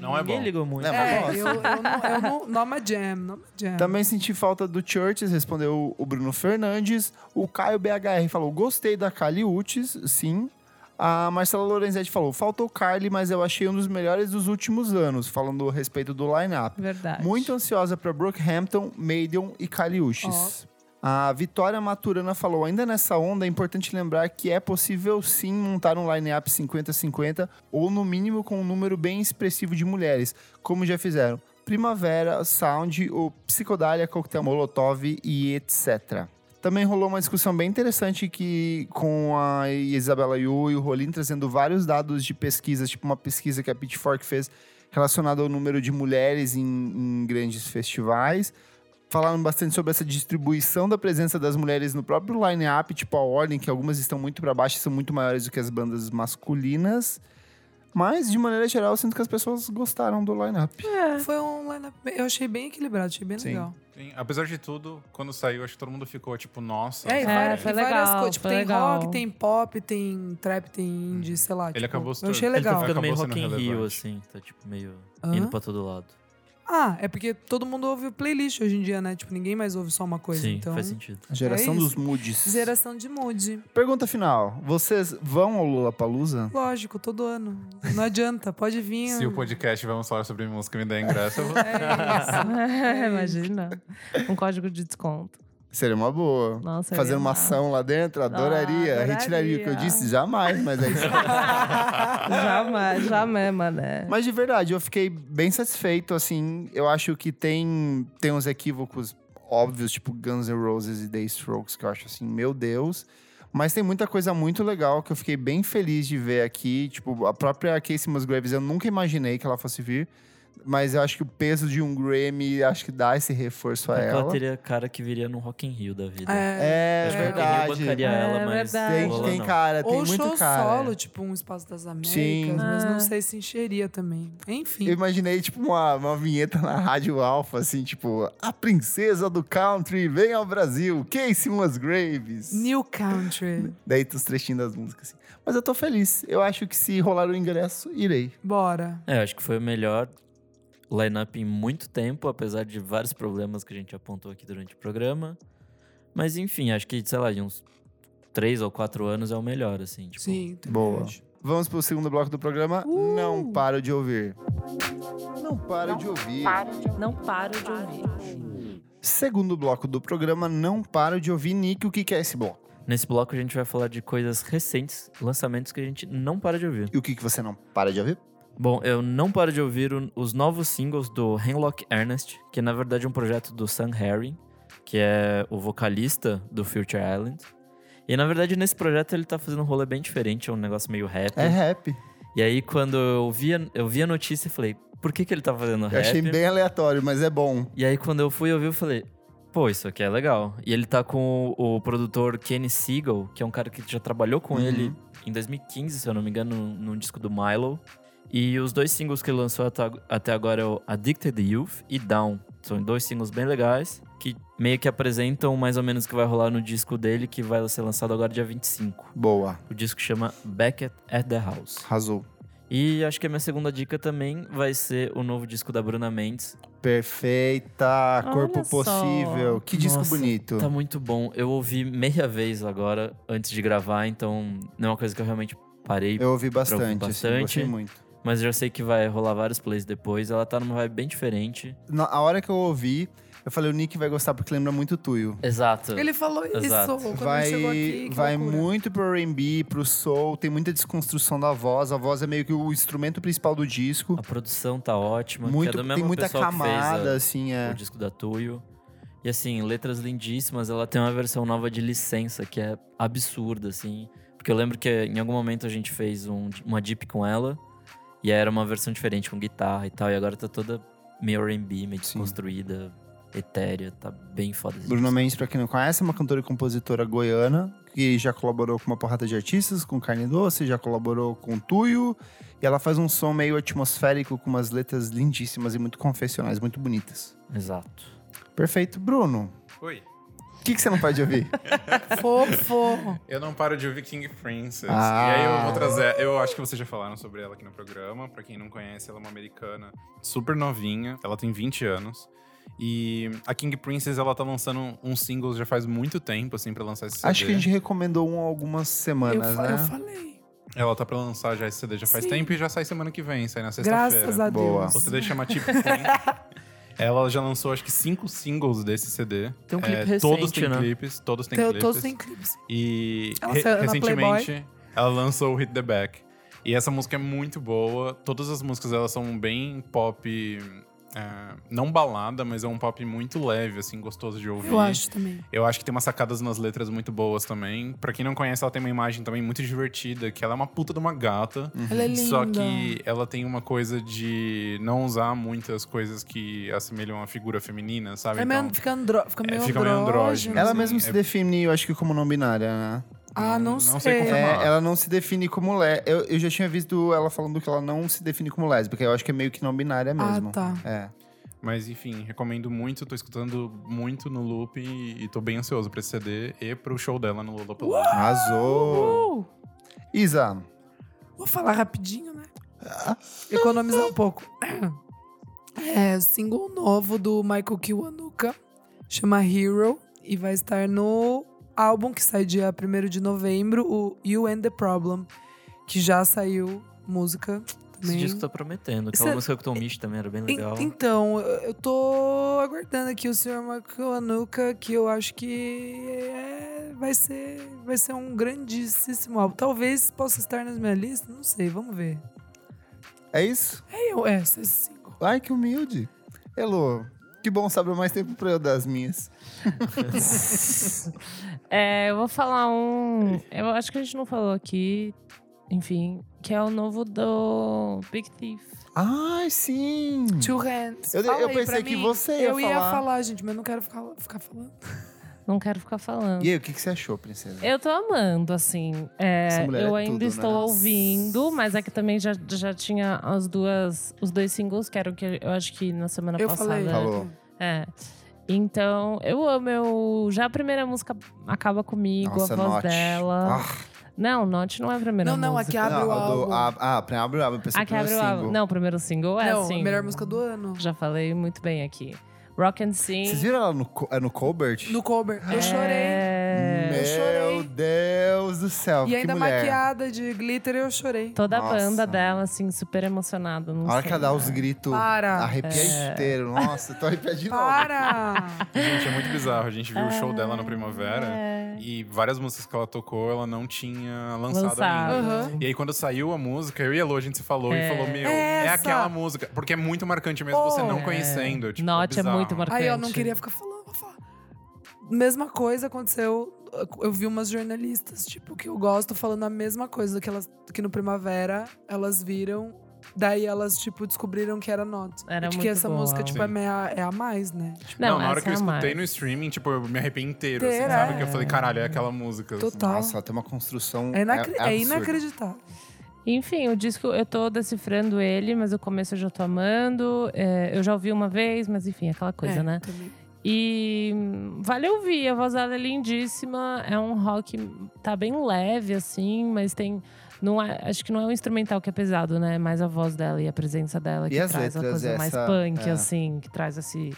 Não é Ninguém bom. ligou muito. Não, mas É, Nossa. eu, eu não. Eu não Noma Jam, Noma Jam. Também senti falta do Churches, respondeu o Bruno Fernandes. O Caio BHR falou: gostei da Kali Utes, sim. A Marcela Lorenzetti falou: faltou Carly, mas eu achei um dos melhores dos últimos anos, falando a respeito do line-up. Verdade. Muito ansiosa para Brookhampton, Maiden e Kali Uchis. A Vitória Maturana falou: ainda nessa onda, é importante lembrar que é possível sim montar um line-up 50-50, ou no mínimo com um número bem expressivo de mulheres, como já fizeram Primavera, Sound, o Psicodália, Coquetel Molotov e etc. Também rolou uma discussão bem interessante que com a Isabela Yu e o Rolim trazendo vários dados de pesquisas, tipo uma pesquisa que a Pitchfork fez relacionada ao número de mulheres em, em grandes festivais. Falaram bastante sobre essa distribuição da presença das mulheres no próprio line-up, tipo a ordem, que algumas estão muito para baixo e são muito maiores do que as bandas masculinas. Mas, de maneira geral, eu sinto que as pessoas gostaram do line-up. Foi um lineup. bem- Eu achei bem equilibrado, achei bem Sim. legal. Sim, Apesar de tudo, quando saiu, acho que todo mundo ficou tipo, nossa. É, e sabe? várias, foi e várias legal, coisas. Tipo, foi tem legal. rock, tem pop, tem trap, tem indie, sei lá. tipo, acabou se Eu achei tornando- Ele tá legal. Acabou ficando meio sendo Rock in Rio, relevante. assim. Tá, tipo, meio Hã? indo pra todo lado. Ah, é porque todo mundo ouve playlist hoje em dia, né? Tipo, ninguém mais ouve só uma coisa. Sim, então, faz sentido. A geração É isso. dos moods. geração de mood. Pergunta final. Vocês vão ao Lollapalooza? Lógico, todo ano. Não adianta, pode vir. um Se o podcast Vamos Falar Sobre Música me der ingresso, eu vou... É isso. Imagina. Um código de desconto. Seria uma boa. Nossa, eu Fazer ia uma amar. ação lá dentro, adoraria. adoraria. Retiraria o que eu disse? Jamais, mas é isso. jamais, jamais, É. mané. Mas de verdade, eu fiquei bem satisfeito, assim. Eu acho que tem, tem uns equívocos óbvios, tipo Guns N' Roses e The Strokes, que eu acho assim, meu Deus. Mas tem muita coisa muito legal que eu fiquei bem feliz de ver aqui. Tipo, a própria Casey Musgraves, eu nunca imaginei que ela fosse vir. Mas eu acho que o peso de um Grammy, acho que dá esse reforço a É Ela ela. teria cara que viria no Rock in Rio da vida. É, Acho que o Rock in Rio verdade. bancaria É ela, mas verdade. Tem, não rola, tem não. cara, tem Ou muito show cara. é. solo, tipo um Espaço das Américas, Sim. mas Ah. não sei se encheria também. Enfim. Eu imaginei, tipo, uma, uma vinheta na Rádio Alfa, assim, tipo, a princesa do country vem ao Brasil, Casey Musgraves. New Country. Daí os trechinhos das músicas, assim. Mas eu tô feliz. Eu acho que se rolar o ingresso, irei. Bora. É, acho que foi o melhor lineup em muito tempo, apesar de vários problemas que a gente apontou aqui durante o programa. Mas enfim, acho que, sei lá, de uns três ou quatro anos é o melhor, assim. Tipo, Sim. também Boa. acho. Vamos pro segundo bloco do programa. Uh! Não paro de ouvir. Não paro de ouvir. Não paro de ouvir. Segundo bloco do programa, não paro de ouvir. Nick, o que, que é esse bloco? Nesse bloco a gente vai falar de coisas recentes, lançamentos que a gente não para de ouvir. E o que, que você não para de ouvir? Bom, eu não paro de ouvir o- os novos singles do Henlock Ernest, que é na verdade um projeto do Sam Harry, que é o vocalista do Future Island. E na verdade nesse projeto ele tá fazendo um rolê bem diferente, é um negócio meio rap. É rap. E aí quando eu vi, a- eu vi a notícia e falei, por que, que ele tá fazendo Eu rap? achei bem aleatório, mas é bom. E aí quando eu fui ouvir, eu falei, pô, isso aqui é legal. E ele tá com o, o produtor Kenny Siegel, que é um cara que já trabalhou com Uhum. ele em 2015, se eu não me engano, num, num disco do Milo. E os dois singles que ele lançou até, ag- até agora é o Addicted Youth e Down. São dois singles bem legais, que meio que apresentam mais ou menos o que vai rolar no disco dele, que vai ser lançado agora dia 25. Boa. O disco chama Back at, at the House. Arrasou. E acho que a minha segunda dica também vai ser o novo disco da Bruna Mendes. Perfeita, corpo Olha só. possível. Que disco Nossa, bonito. Tá muito bom. Eu ouvi meia vez agora, antes de gravar, então não é uma coisa que eu realmente parei, Eu ouvi ouvir bastante, Assim, bastante. gostei muito. mas eu já sei que vai rolar vários plays depois. Ela tá numa vibe bem diferente. Na, a hora que eu ouvi, eu falei, o Nick vai gostar porque lembra muito Tuyo. Exato. Ele falou Exato. isso quando Vai, ele chegou aqui. que vai loucura. muito pro R&B, pro soul, tem muita desconstrução da voz. A voz é meio que o instrumento principal do disco. A produção tá ótima, Muito, que é do tem mesmo muita pessoal que fez a- camada, assim, é. o disco da Tuyo. E assim, letras lindíssimas. Ela tem uma versão nova de licença que é absurda, assim. Porque eu lembro que em algum momento a gente fez um- uma deep com ela. E aí era uma versão diferente, com guitarra e tal. E agora tá toda meio R&B, meio desconstruída, etérea. Tá bem foda. esse Bruna disco. Mendes, pra quem não conhece, é uma cantora e compositora goiana que já colaborou com uma porrada de artistas, com Carne Doce, já colaborou com Tuyo. E ela faz um som meio atmosférico, com umas letras lindíssimas e muito confessionais, muito bonitas. Exato. Perfeito. Bruno, Oi. o que, que você não pode ouvir? Fofo. Eu não paro de ouvir King Princess. Ah. E aí eu vou trazer. Eu acho que vocês já falaram sobre ela aqui no programa. Pra quem não conhece, ela é uma americana super novinha. Ela tem 20 anos. E a King Princess, ela tá lançando uns singles já faz muito tempo, assim, pra lançar esse CD. Acho que a gente recomendou um há algumas Eu, semanas, fa- né? eu falei. Ela tá pra lançar já esse CD já faz Sim. tempo e já sai semana que vem, sai na sexta-feira. Graças a Boa. Deus. O CD chama Tip Ela já lançou acho que cinco singles desse CD. Tem um clipe É, recente, todos têm né? clipes, todos têm Então, clipes. todos têm clipes. E Ela re- saiu na recentemente ela lançou o Hit the Back. E essa música é muito boa. Todas as músicas elas são bem pop. é, não balada, mas é um pop muito leve, assim, gostoso de ouvir. Eu acho também. Eu acho que tem umas sacadas nas letras muito boas também. Pra quem não conhece, ela tem uma imagem também muito divertida, que ela é uma puta de uma gata. Ela é linda. Só que ela tem uma coisa de não usar muitas coisas que assemelham a figura feminina, sabe? É meio, Então, fica, andro, fica é, meio né? fica meio andrógeno. Ela assim. Sim, mesma se é- define, eu acho que como não binária, né? Ah, não, não sei sei. confirmar. É, Aham. ela não se define como lé. Eu, eu já tinha visto ela falando que ela não se define como lésbica. Eu acho que é meio que não binária mesmo. Ah, tá. É. Mas enfim, recomendo muito, tô escutando muito no loop e, e tô bem ansioso pra esse CD e pro show dela no Lollapalooza. Arrasou! Uh! Isa, Vou falar rapidinho, né? Ah. Economizar um pouco. É, single novo do Michael Kiwanuka, chama Hero, e vai estar no álbum que sai dia 1 de novembro, o You and the Problem, que já saiu música Esse também. disco tá prometendo. é- Aquela Isso- música com o Tom Misch também era bem En- legal. Então, eu- eu tô aguardando aqui o Sr. Macanuca, que eu acho que é- vai ser vai ser um grandíssimo álbum. Talvez possa estar na minha lista, não sei, vamos ver. é isso? É eu, é, esse single. Hum. Ai, que humilde. Elo, Que bom, sobra mais tempo pra eu dar as minhas. É, eu vou falar um. Eu acho que a gente não falou aqui, enfim, que é o novo do Big Thief. Ai, sim! Two hands. Eu- Fala eu aí pra pensei que mim. você ia Eu ia falar. falar, gente, mas não quero ficar, ficar falando. Não quero ficar falando. E aí, o que, que você achou, princesa? Eu tô amando, assim. É, Essa mulher é eu tudo, ainda né? estou ouvindo, mas é que também já, já tinha as duas, os dois singles, que eram que eu acho que na semana eu passada. falei. Falou. É. Então, eu amo. Eu, já a primeira música acaba comigo, Nossa, a voz Note. dela. Ah, Não, Not não é a primeira Não, música. não, a que abre não, o a do- álbum. a- Ah, pra abre o álbum, eu pensei A que no abre o álbum. single. Não, o primeiro single é Não, assim. a melhor música do ano. Já falei muito bem aqui. Rock and Sing. Vocês viram ela no, co- é no Colbert? No cover. Eu chorei. É, Meu Eu chorei. Deus do céu, E que ainda mulher. maquiada de glitter, eu chorei. Toda Nossa. a banda dela, assim, super emocionada. Não A hora sei, que ela dá os né? gritos, Para. arrepia É. inteiro. Nossa, tô arrepiado de novo. Para! Gente, é muito bizarro. A gente viu o show Ah, dela na primavera É. e várias músicas que ela tocou, ela não tinha lançado Lançado. ainda. Aham. E aí, quando saiu a música, eu e a Elô, a gente se falou e falou: Meu, é Essa. aquela música. Porque é muito marcante mesmo Pô. você não É. conhecendo. Tipo, Note é bizarro. muito marcante. Aí eu não queria ficar falando, vou falar. Mesma coisa aconteceu. Eu vi umas jornalistas, tipo, que eu gosto falando a mesma coisa que elas que no primavera elas viram. Daí elas, tipo, descobriram que era not. Era de que muito essa boa. música, tipo, é Sim. a, é a mais, né? Tipo, Não, na hora essa que eu é a escutei mais. no streaming, tipo, eu me arrepiei inteiro, assim, Inteira, sabe? é. Que eu falei, caralho, é aquela música. assim. total. Nossa, ela tem uma construção é, inacre- é- é absurda. inacreditável. Enfim, o disco, eu tô decifrando ele, mas o começo eu já tô amando. É, eu já ouvi uma vez, mas enfim, aquela coisa, É, né? também. E hum, vale ouvir, a voz dela é lindíssima. É um rock, tá bem leve, assim, mas tem. Não é- acho que não é um instrumental que é pesado, né? É mais a voz dela e a presença dela que as traz letras, a coisa mais essa- punk, é. assim, que traz esse.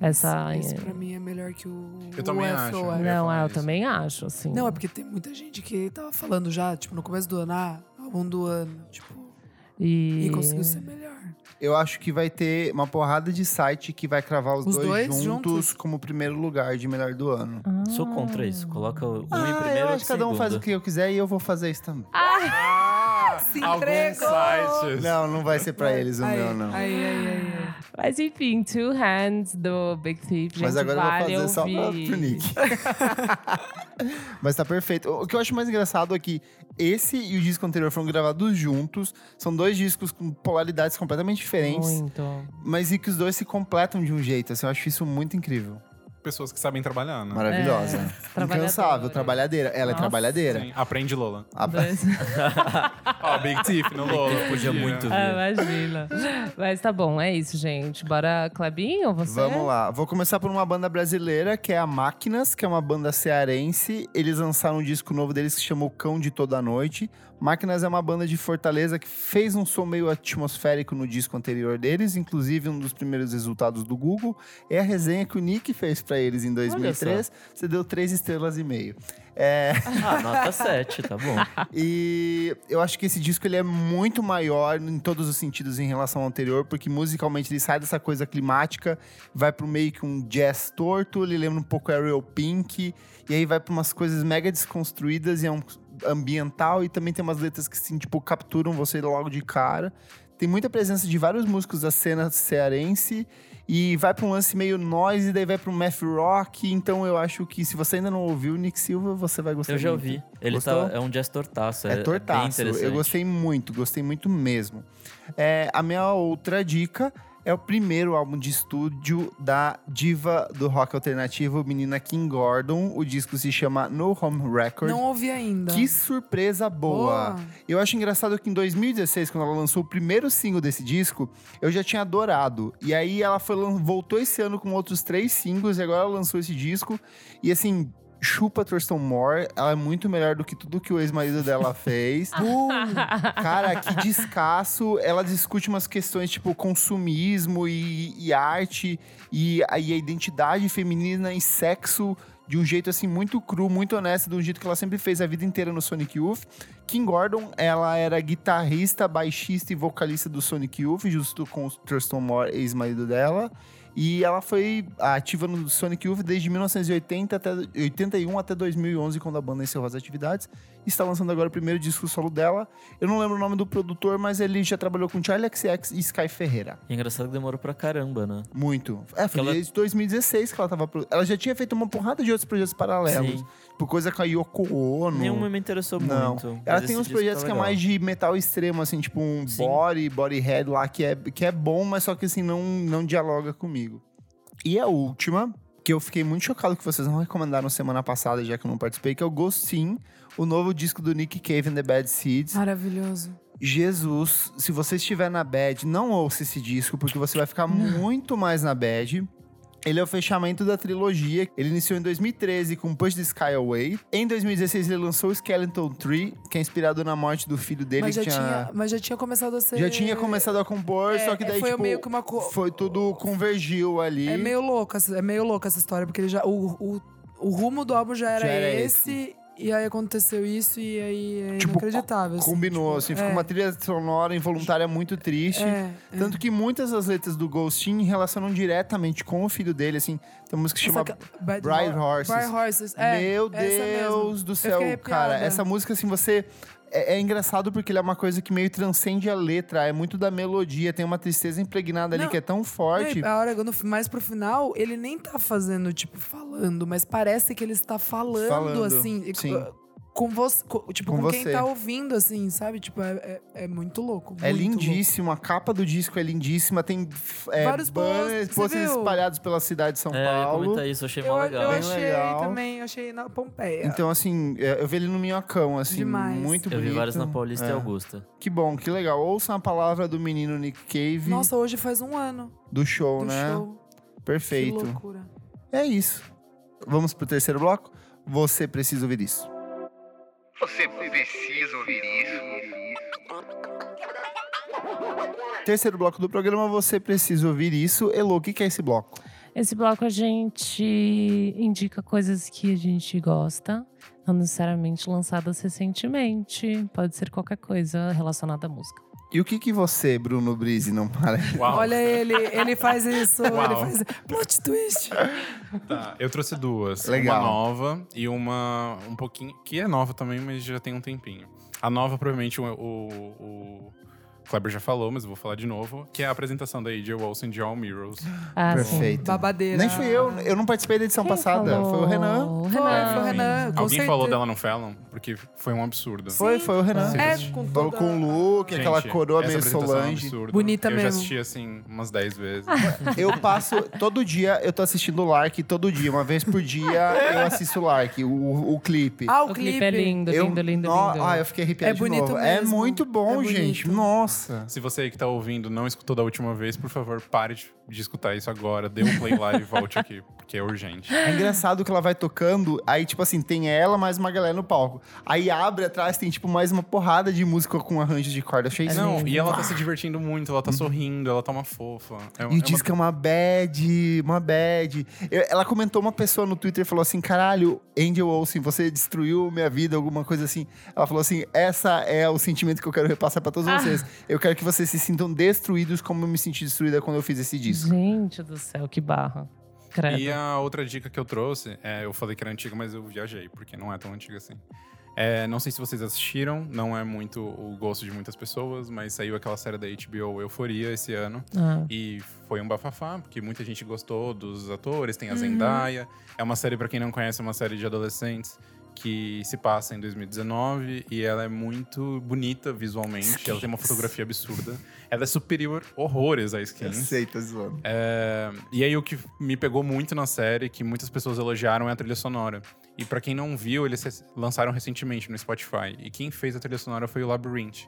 Essa. Isso pra mim é melhor que o. Eu também o acho. FOF. Eu ia Tá, não, falar é, eu isso. também acho, assim. Não, é porque tem muita gente que tava falando já, tipo, no começo do ano, ah, álbum do ano, tipo, E, e conseguiu ser melhor. Eu acho que vai ter uma porrada de site que vai cravar os, Os dois, juntos, dois juntos? como primeiro lugar de melhor do ano. Ah. Sou contra isso. Coloca um em Ah, primeiro eu e acho que cada um faz o que eu quiser e eu vou fazer isso também. Ah, se alguns entregou! sites. Não, não vai ser pra eles o Aí, meu, não. Aí, aí, aí, aí. Mas enfim, Two Hands do Big Thief, gente, Mas agora vale eu vou fazer só pra, ouvir. pro Nick. Mas tá perfeito. O que eu acho mais engraçado é que esse e o disco anterior foram gravados juntos. São dois discos com polaridades completamente diferentes. Muito. Mas e que os dois se completam de um jeito. Assim, eu acho isso muito incrível. Pessoas que sabem trabalhar, né? Maravilhosa. trabalhadora. Incansável, É, trabalhadeira. Ela é Nossa, trabalhadeira. Sim, Aprende, Lola. A- Dois. Ó, Big Thief no Lola. Podia muito Ah, ver. imagina. Mas tá bom, é isso, gente. Bora, Clebinho, você? Vamos lá. Vou começar por uma banda brasileira, que é a Máquinas, que é uma banda cearense. Eles lançaram um disco novo deles que chamou Cão de Toda Noite. Máquinas é uma banda de Fortaleza que fez um som meio atmosférico no disco anterior deles. Inclusive, um dos primeiros resultados do Google é a resenha que o Nick fez pra eles em 2003. Você deu três estrelas e meio. É... Ah, nota 7, tá bom. E eu acho que esse disco ele é muito maior em todos os sentidos em relação ao anterior, porque musicalmente ele sai dessa coisa climática, vai pro meio que um jazz torto, ele lembra um pouco Ariel Pink, e aí vai pra umas coisas mega desconstruídas e é um ambiental, e também tem umas letras que assim, tipo, capturam você logo de cara. Tem muita presença de vários músicos da cena cearense e vai pra um lance meio noise, e daí vai pra um math rock. Então eu acho que se você ainda não ouviu Nick Silva, você vai gostar Eu já muito. ouvi. Ele Gostou? tá, é um jazz tortaço. É, É bem tortaço. interessante. eu gostei muito, gostei muito mesmo. É, a minha outra dica é o primeiro álbum de estúdio da diva do rock alternativo, menina Kim Gordon. O disco se chama No Home Record. Não ouvi ainda. Que surpresa boa! Eu acho engraçado que em 2016, quando ela lançou o primeiro single desse disco, eu já tinha adorado. E aí ela foi lan- voltou esse ano com outros três singles e agora ela lançou esse disco. E assim, chupa Thurston Moore, ela é muito melhor do que tudo que o ex-marido dela fez. Bum! Cara, que descasso. Ela discute umas questões tipo consumismo e, e arte e a, e a identidade feminina e sexo de um jeito assim muito cru, muito honesto, de um jeito que ela sempre fez a vida inteira no Sonic Youth. Kim Gordon, ela era guitarrista, baixista e vocalista do Sonic Youth, justo com o Thurston Moore, ex-marido dela. E ela foi ativa no Sonic Youth desde 1980 até 81 até 2011, quando a banda encerrou as atividades. Está lançando agora o primeiro disco solo dela. Eu não lembro o nome do produtor, mas ele já trabalhou com Charlie XX e Sky Ferreira. E é engraçado que demorou pra caramba, né? Muito. É, foi Ela- desde 2016 que ela tava. pro- Ela já tinha feito uma porrada de outros projetos paralelos. Sim. Por coisa com a Yoko Ono. Nenhuma me interessou Não. muito. Ela mas tem esse uns disco projetos tá que é legal. mais de metal extremo, assim, tipo um Sim. body, body head lá, que é, que é bom, mas só que assim, não, não dialoga comigo. E a última, que eu fiquei muito chocado que vocês não recomendaram semana passada, já que eu não participei, que é o Ghost In, o novo disco do Nick Cave and the Bad Seeds. Maravilhoso. Jesus, se você estiver na bad, não ouça esse disco, porque você vai ficar muito mais na bad. Ele é o fechamento da trilogia. Ele iniciou em 2013 com Push the Sky Away. Em 2016 ele lançou Skeleton Tree, que é inspirado na morte do filho dele, Mas já, que tinha, tinha... mas já tinha começado a ser. Já tinha começado a compor, É, só que daí, foi tipo, meio que uma co- foi tudo convergiu ali. É meio louco, essa- é meio louca essa história, porque ele já, o, o, o rumo do álbum já era, Já era esse, e aí aconteceu isso, e aí é Tipo, inacreditável. assim, Combinou, assim, tipo, ficou é, uma trilha sonora involuntária muito triste. é, é. Tanto que muitas das letras do Ghostin relacionam diretamente com o filho dele, assim. Tem uma música que chama Essa ca- Bad Bright Hor- Horses. Bright Horses, é, Meu essa mesmo. Deus do céu, fiquei cara. arrepiada. Essa música, assim, você. É, é engraçado porque ele é uma coisa que meio transcende a letra, é muito da melodia, tem uma tristeza impregnada ali Não, que é tão forte. Não, e A hora, quando, mais pro final, ele nem tá fazendo, tipo, falando, mas parece que ele está falando, Falando, assim. e- sim. Com você, co- tipo, Com com, quem você. tá ouvindo, assim, sabe? Tipo, é, é- é muito louco. É muito lindíssimo, a capa do disco é lindíssima, tem f- é, Vários banners, posters, você posters viu? espalhados pela cidade de São É, eu ia Paulo. comentar isso, eu achei louco. Eu, mó eu legal. acho- achei legal. também, eu achei na Pompeia. Então, assim, é, eu vi ele no Minhocão, assim, Demais. muito Eu bonito. vi vários na Paulista É. e Augusta. Que bom, que legal. Ouçam a palavra do menino Nick Cave, Nossa, hoje faz um ano do show, do né? show. Que Perfeito. loucura. É isso. Vamos pro terceiro bloco? Você precisa ouvir isso. Você precisa ouvir isso. Terceiro bloco do programa, você precisa ouvir isso. Elo, o que, que é esse bloco? Esse bloco a gente indica coisas que a gente gosta, não necessariamente lançadas recentemente. Pode ser qualquer coisa relacionada à música. E o que, que você, Bruno Brise, não para? Uau. Olha ele, ele faz isso, ele Uau. faz. Plot twist. Tá, eu trouxe duas. Legal. Uma nova e uma um pouquinho. Que é nova também, mas já tem um tempinho. A nova, provavelmente, o, o, o Kleber já falou, mas eu vou falar de novo. Que é a apresentação da AJ Wilson de All Mirrors. Ah, sim. Perfeito. Babadeira. Nem fui eu, né? eu não participei da edição Quem passada. Foi o falou? Renan. O Foi, Renan. foi o Renan, com Alguém falou certeza. dela no Fallon? Porque foi um absurdo. Foi, foi o Renan. É, com Falou toda- com o Luke, Gente, aquela coroa essa meio apresentação é um Solange. absurdo. Bonita eu mesmo. Eu já assisti, assim, umas 10 vezes. Eu passo, todo dia, eu tô assistindo o Lark, todo dia. Uma vez por dia, eu assisto o Lark, o, o clipe. Ah, o, O clipe é lindo, eu, lindo, lindo, no- lindo. Ah, eu fiquei arrepiado É de bonito novo. É mesmo. muito bom, É bonito. gente. Nossa. Se você aí que tá ouvindo não escutou da última vez, por favor, pare de, de escutar isso agora. Dê um play lá e volte aqui, porque é urgente. É engraçado que ela vai tocando, aí, tipo assim, tem ela mais uma galera no palco. Aí abre atrás, tem, tipo, mais uma porrada de música com arranjos de corda. Eu É Achei isso. não, lindo. e ela tá se divertindo muito, ela tá sorrindo, ela tá uma fofa. É, E é o disco é uma bad, uma bad. Eu- ela comentou uma pessoa no Twitter falou assim: caralho, Angel Olsen, você destruiu minha vida, alguma coisa assim. Ela falou assim: essa é o sentimento que eu quero repassar pra todos Ah. vocês. Eu quero que vocês se sintam destruídos como eu me senti destruída quando eu fiz esse disco. Gente do céu, que barra. Credo. E a outra dica que eu trouxe, é, eu falei que era antiga, mas eu viajei, porque não é tão antiga assim. É, não sei se vocês assistiram, não é muito o gosto de muitas pessoas, mas saiu aquela série da HBO Euforia esse ano. Ah, E foi um bafafá, porque muita gente gostou dos atores, tem a Zendaya. É uma série, pra quem não conhece, é uma série de adolescentes que se passa em 2019 e ela é muito bonita visualmente. Ela tem uma fotografia absurda. Ela é superior horrores a skins. tá zoando. É, e aí o que me pegou muito na série, que muitas pessoas elogiaram, é a trilha sonora. E pra quem não viu, eles rec- lançaram recentemente no Spotify. E quem fez a trilha sonora foi o Labyrinth.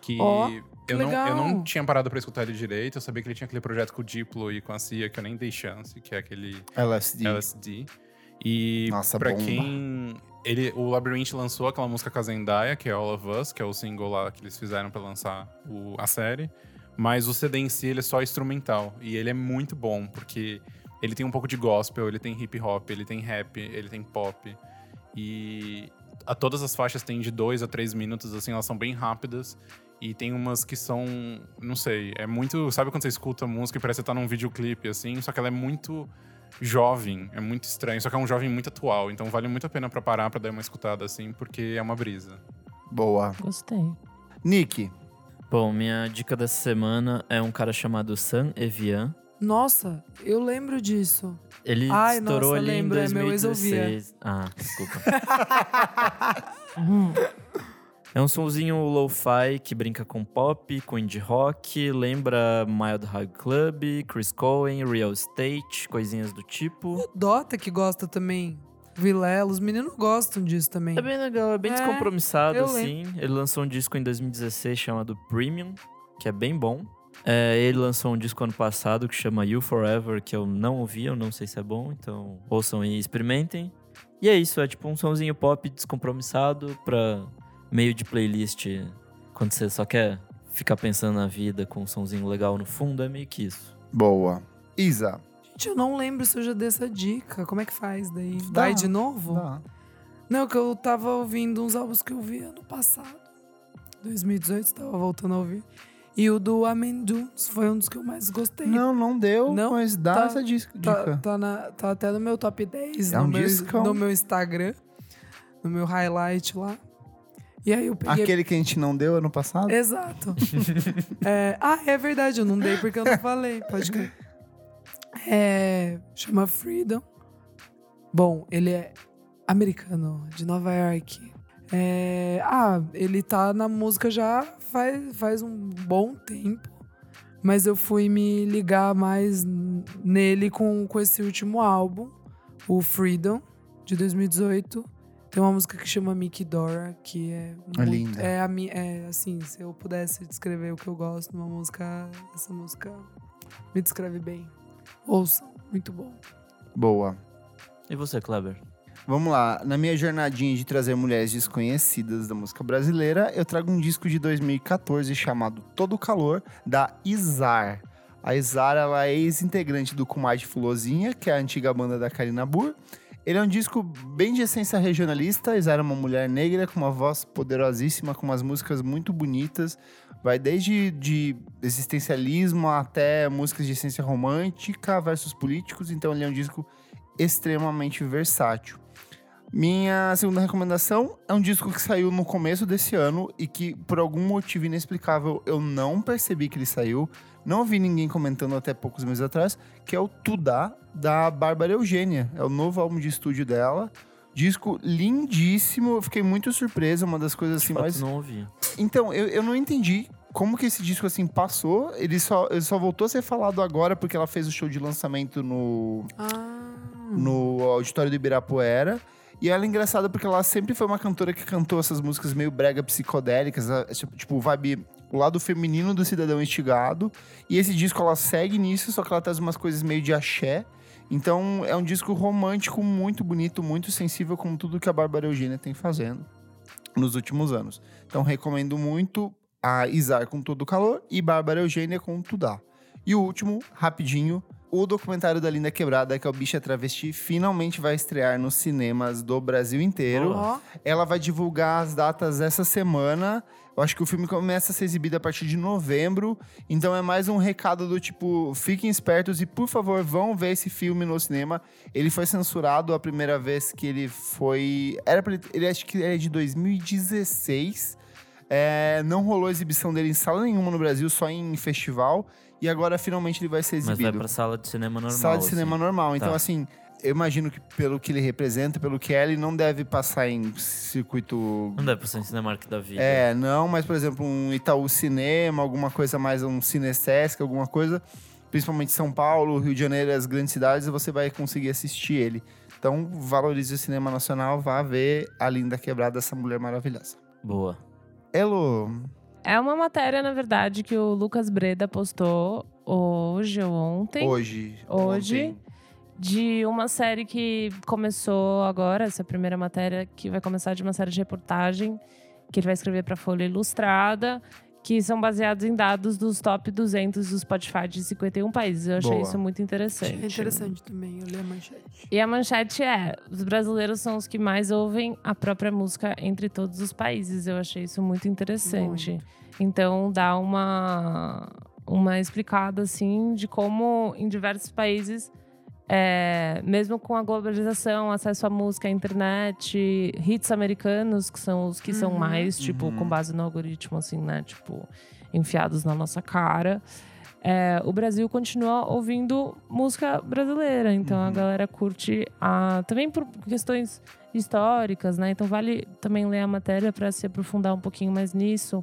Que Ó, eu, não, eu legal. não tinha parado pra escutar ele direito. Eu sabia que ele tinha aquele projeto com o Diplo e com a Cia, que eu nem dei chance, que é aquele LSD. LSD. E Nossa, pra bomba. quem. Ele, o Labyrinth lançou aquela música com a Zendaya, que é All of Us, que é o single lá que eles fizeram pra lançar o- a série. Mas o CD em si, ele é só instrumental. E ele é muito bom, porque ele tem um pouco de gospel, ele tem hip hop, ele tem rap, ele tem pop. E a, todas as faixas têm de 2 a 3 minutos, assim, elas são bem rápidas. E tem umas que são, não sei, é muito. Sabe quando você escuta música e parece que você tá num videoclipe, assim? Só que ela é muito jovem, é muito estranho. Só que é um jovem muito atual, então vale muito a pena pra parar pra dar uma escutada, assim, porque é uma brisa. Boa. Gostei. Nick, Bom, minha dica dessa semana é um cara chamado Sam Evian. Nossa, eu lembro disso. Ele Ai, estourou nossa, ali lembro, é, em meu ex 2016. Ah, desculpa. Uhum. é um sonzinho lo-fi que brinca com pop, com indie rock, lembra Mild High Club, Chris Cohen, Real Estate, coisinhas do tipo. O Dota que gosta também. Vilela, os meninos gostam disso também. É bem legal, é bem É, descompromissado, eu assim. Ele lançou um disco em 2016 chamado Premium, que é bem bom. É, ele lançou um disco ano passado que chama You Forever, que eu não ouvi, eu não sei se é bom, então ouçam e experimentem. E é isso, é tipo um sonzinho pop descompromissado pra meio de playlist. Quando você só quer ficar pensando na vida com um sonzinho legal no fundo, é meio que isso. boa. Isa. Gente, eu não lembro se eu já dei essa dica. Como é que faz daí? Dá, Vai de novo? dá. Não, que eu tava ouvindo uns álbuns que eu vi ano passado. 2018, tava voltando a ouvir. E o do Amen Dunes foi um dos que eu mais gostei. Não, não deu, Não, mas dá tá- essa dis- dica. Tá, tá na- tá até no meu top 10, É no, um meu, discão. no meu Instagram, no meu highlight lá. E aí eu peguei. Aquele que a gente não deu ano passado? Exato. É, ah, é verdade, eu não dei porque eu não falei. Pode crer. É, chama Freedom. Bom, ele é americano, de Nova York. É, ah, ele tá na música já faz, faz um bom tempo. Mas eu fui me ligar mais n- nele com, com esse último álbum, o Freedom, de 2018. Tem uma música que chama Mickey Dora, que é, É muito- linda. é a minha, é, assim, se eu pudesse descrever o que eu gosto numa música, essa música me descreve bem. Ouçam, muito bom. Boa. E você, Kleber? Vamos lá. Na minha jornadinha de trazer mulheres desconhecidas da música brasileira, eu trago um disco de 2014 chamado Todo Calor, da Izar. A Izar, ela é ex-integrante do Kumad Fulozinha, que é a antiga banda da Karina Burr. Ele é um disco bem de essência regionalista. A Izar é uma mulher negra com uma voz poderosíssima, com umas músicas muito bonitas. Vai desde de existencialismo até músicas de essência romântica versus políticos. Então, ele é um disco extremamente versátil. Minha segunda recomendação é um disco que saiu no começo desse ano e que, por algum motivo inexplicável, eu não percebi que ele saiu. Não ouvi ninguém comentando até poucos meses atrás, que é o Tudá, da Bárbara Eugênia. É o novo álbum de estúdio dela. Disco lindíssimo, eu fiquei muito surpresa, uma das coisas assim Fato, mais não ouvi. então, eu, eu não entendi como que esse disco, assim, passou. Ele só, ele só voltou a ser falado agora porque ela fez o show de lançamento no, Ah, no auditório do Ibirapuera. E ela é engraçada porque ela sempre foi uma cantora que cantou essas músicas meio brega psicodélicas, a- tipo, vibe o lado feminino do cidadão instigado. E esse disco ela segue nisso, só que ela traz umas coisas meio de axé. Então é um disco romântico, muito bonito, muito sensível, como tudo que a Bárbara Eugênia tem fazendo nos últimos anos. Então recomendo muito a Izar com todo o calor e Bárbara Eugênia com Tudá. E o último, rapidinho, o documentário da Linda Quebrada, que é o Bicha Travesti, finalmente vai estrear nos cinemas do Brasil inteiro. Ó, Ela vai divulgar as datas essa semana. Eu acho que o filme começa a ser exibido a partir de novembro. Então é mais um recado do tipo: fiquem espertos e, por favor, vão ver esse filme no cinema. Ele foi censurado a primeira vez que ele foi. Era pra ele, ele acho que é de 2016. É, não rolou exibição dele em sala nenhuma no Brasil, só em festival. E agora finalmente ele vai ser Mas exibido. vai pra sala de cinema normal. Sala de assim. cinema normal. Então, Tá. assim, eu imagino que pelo que ele representa, pelo que é, ele não deve passar em circuito. assim. Não dá pra ser em Cinemark da vida. É, não, mas, por exemplo, um Itaú Cinema, alguma coisa mais, um Cinesesc, alguma coisa. Principalmente São Paulo, Rio de Janeiro, as grandes cidades, você vai conseguir assistir ele. Então, valorize o cinema nacional, vá ver a linda quebrada, essa mulher maravilhosa. Boa. Elo, É uma matéria, na verdade, que o Lucas Breda postou hoje ou ontem. hoje. Hoje. ontem, de uma série que começou agora, essa primeira matéria que vai começar de uma série de reportagem que ele vai escrever para Folha Ilustrada, que são baseados em dados dos top 200 do Spotify de 51 países. Eu achei Boa. isso muito interessante. É interessante também, eu li a manchete. E a manchete é: os brasileiros são os que mais ouvem a própria música entre todos os países. Eu achei isso muito interessante. Então dá uma uma explicada assim de como em diversos países, é, mesmo com a globalização, acesso à música, à internet, hits americanos que são os que são Uhum. mais tipo com base no algoritmo assim, né? Tipo enfiados na nossa cara. É, o Brasil continua ouvindo música brasileira. Então a galera curte a- também por questões históricas, né? Então vale também ler a matéria para se aprofundar um pouquinho mais nisso.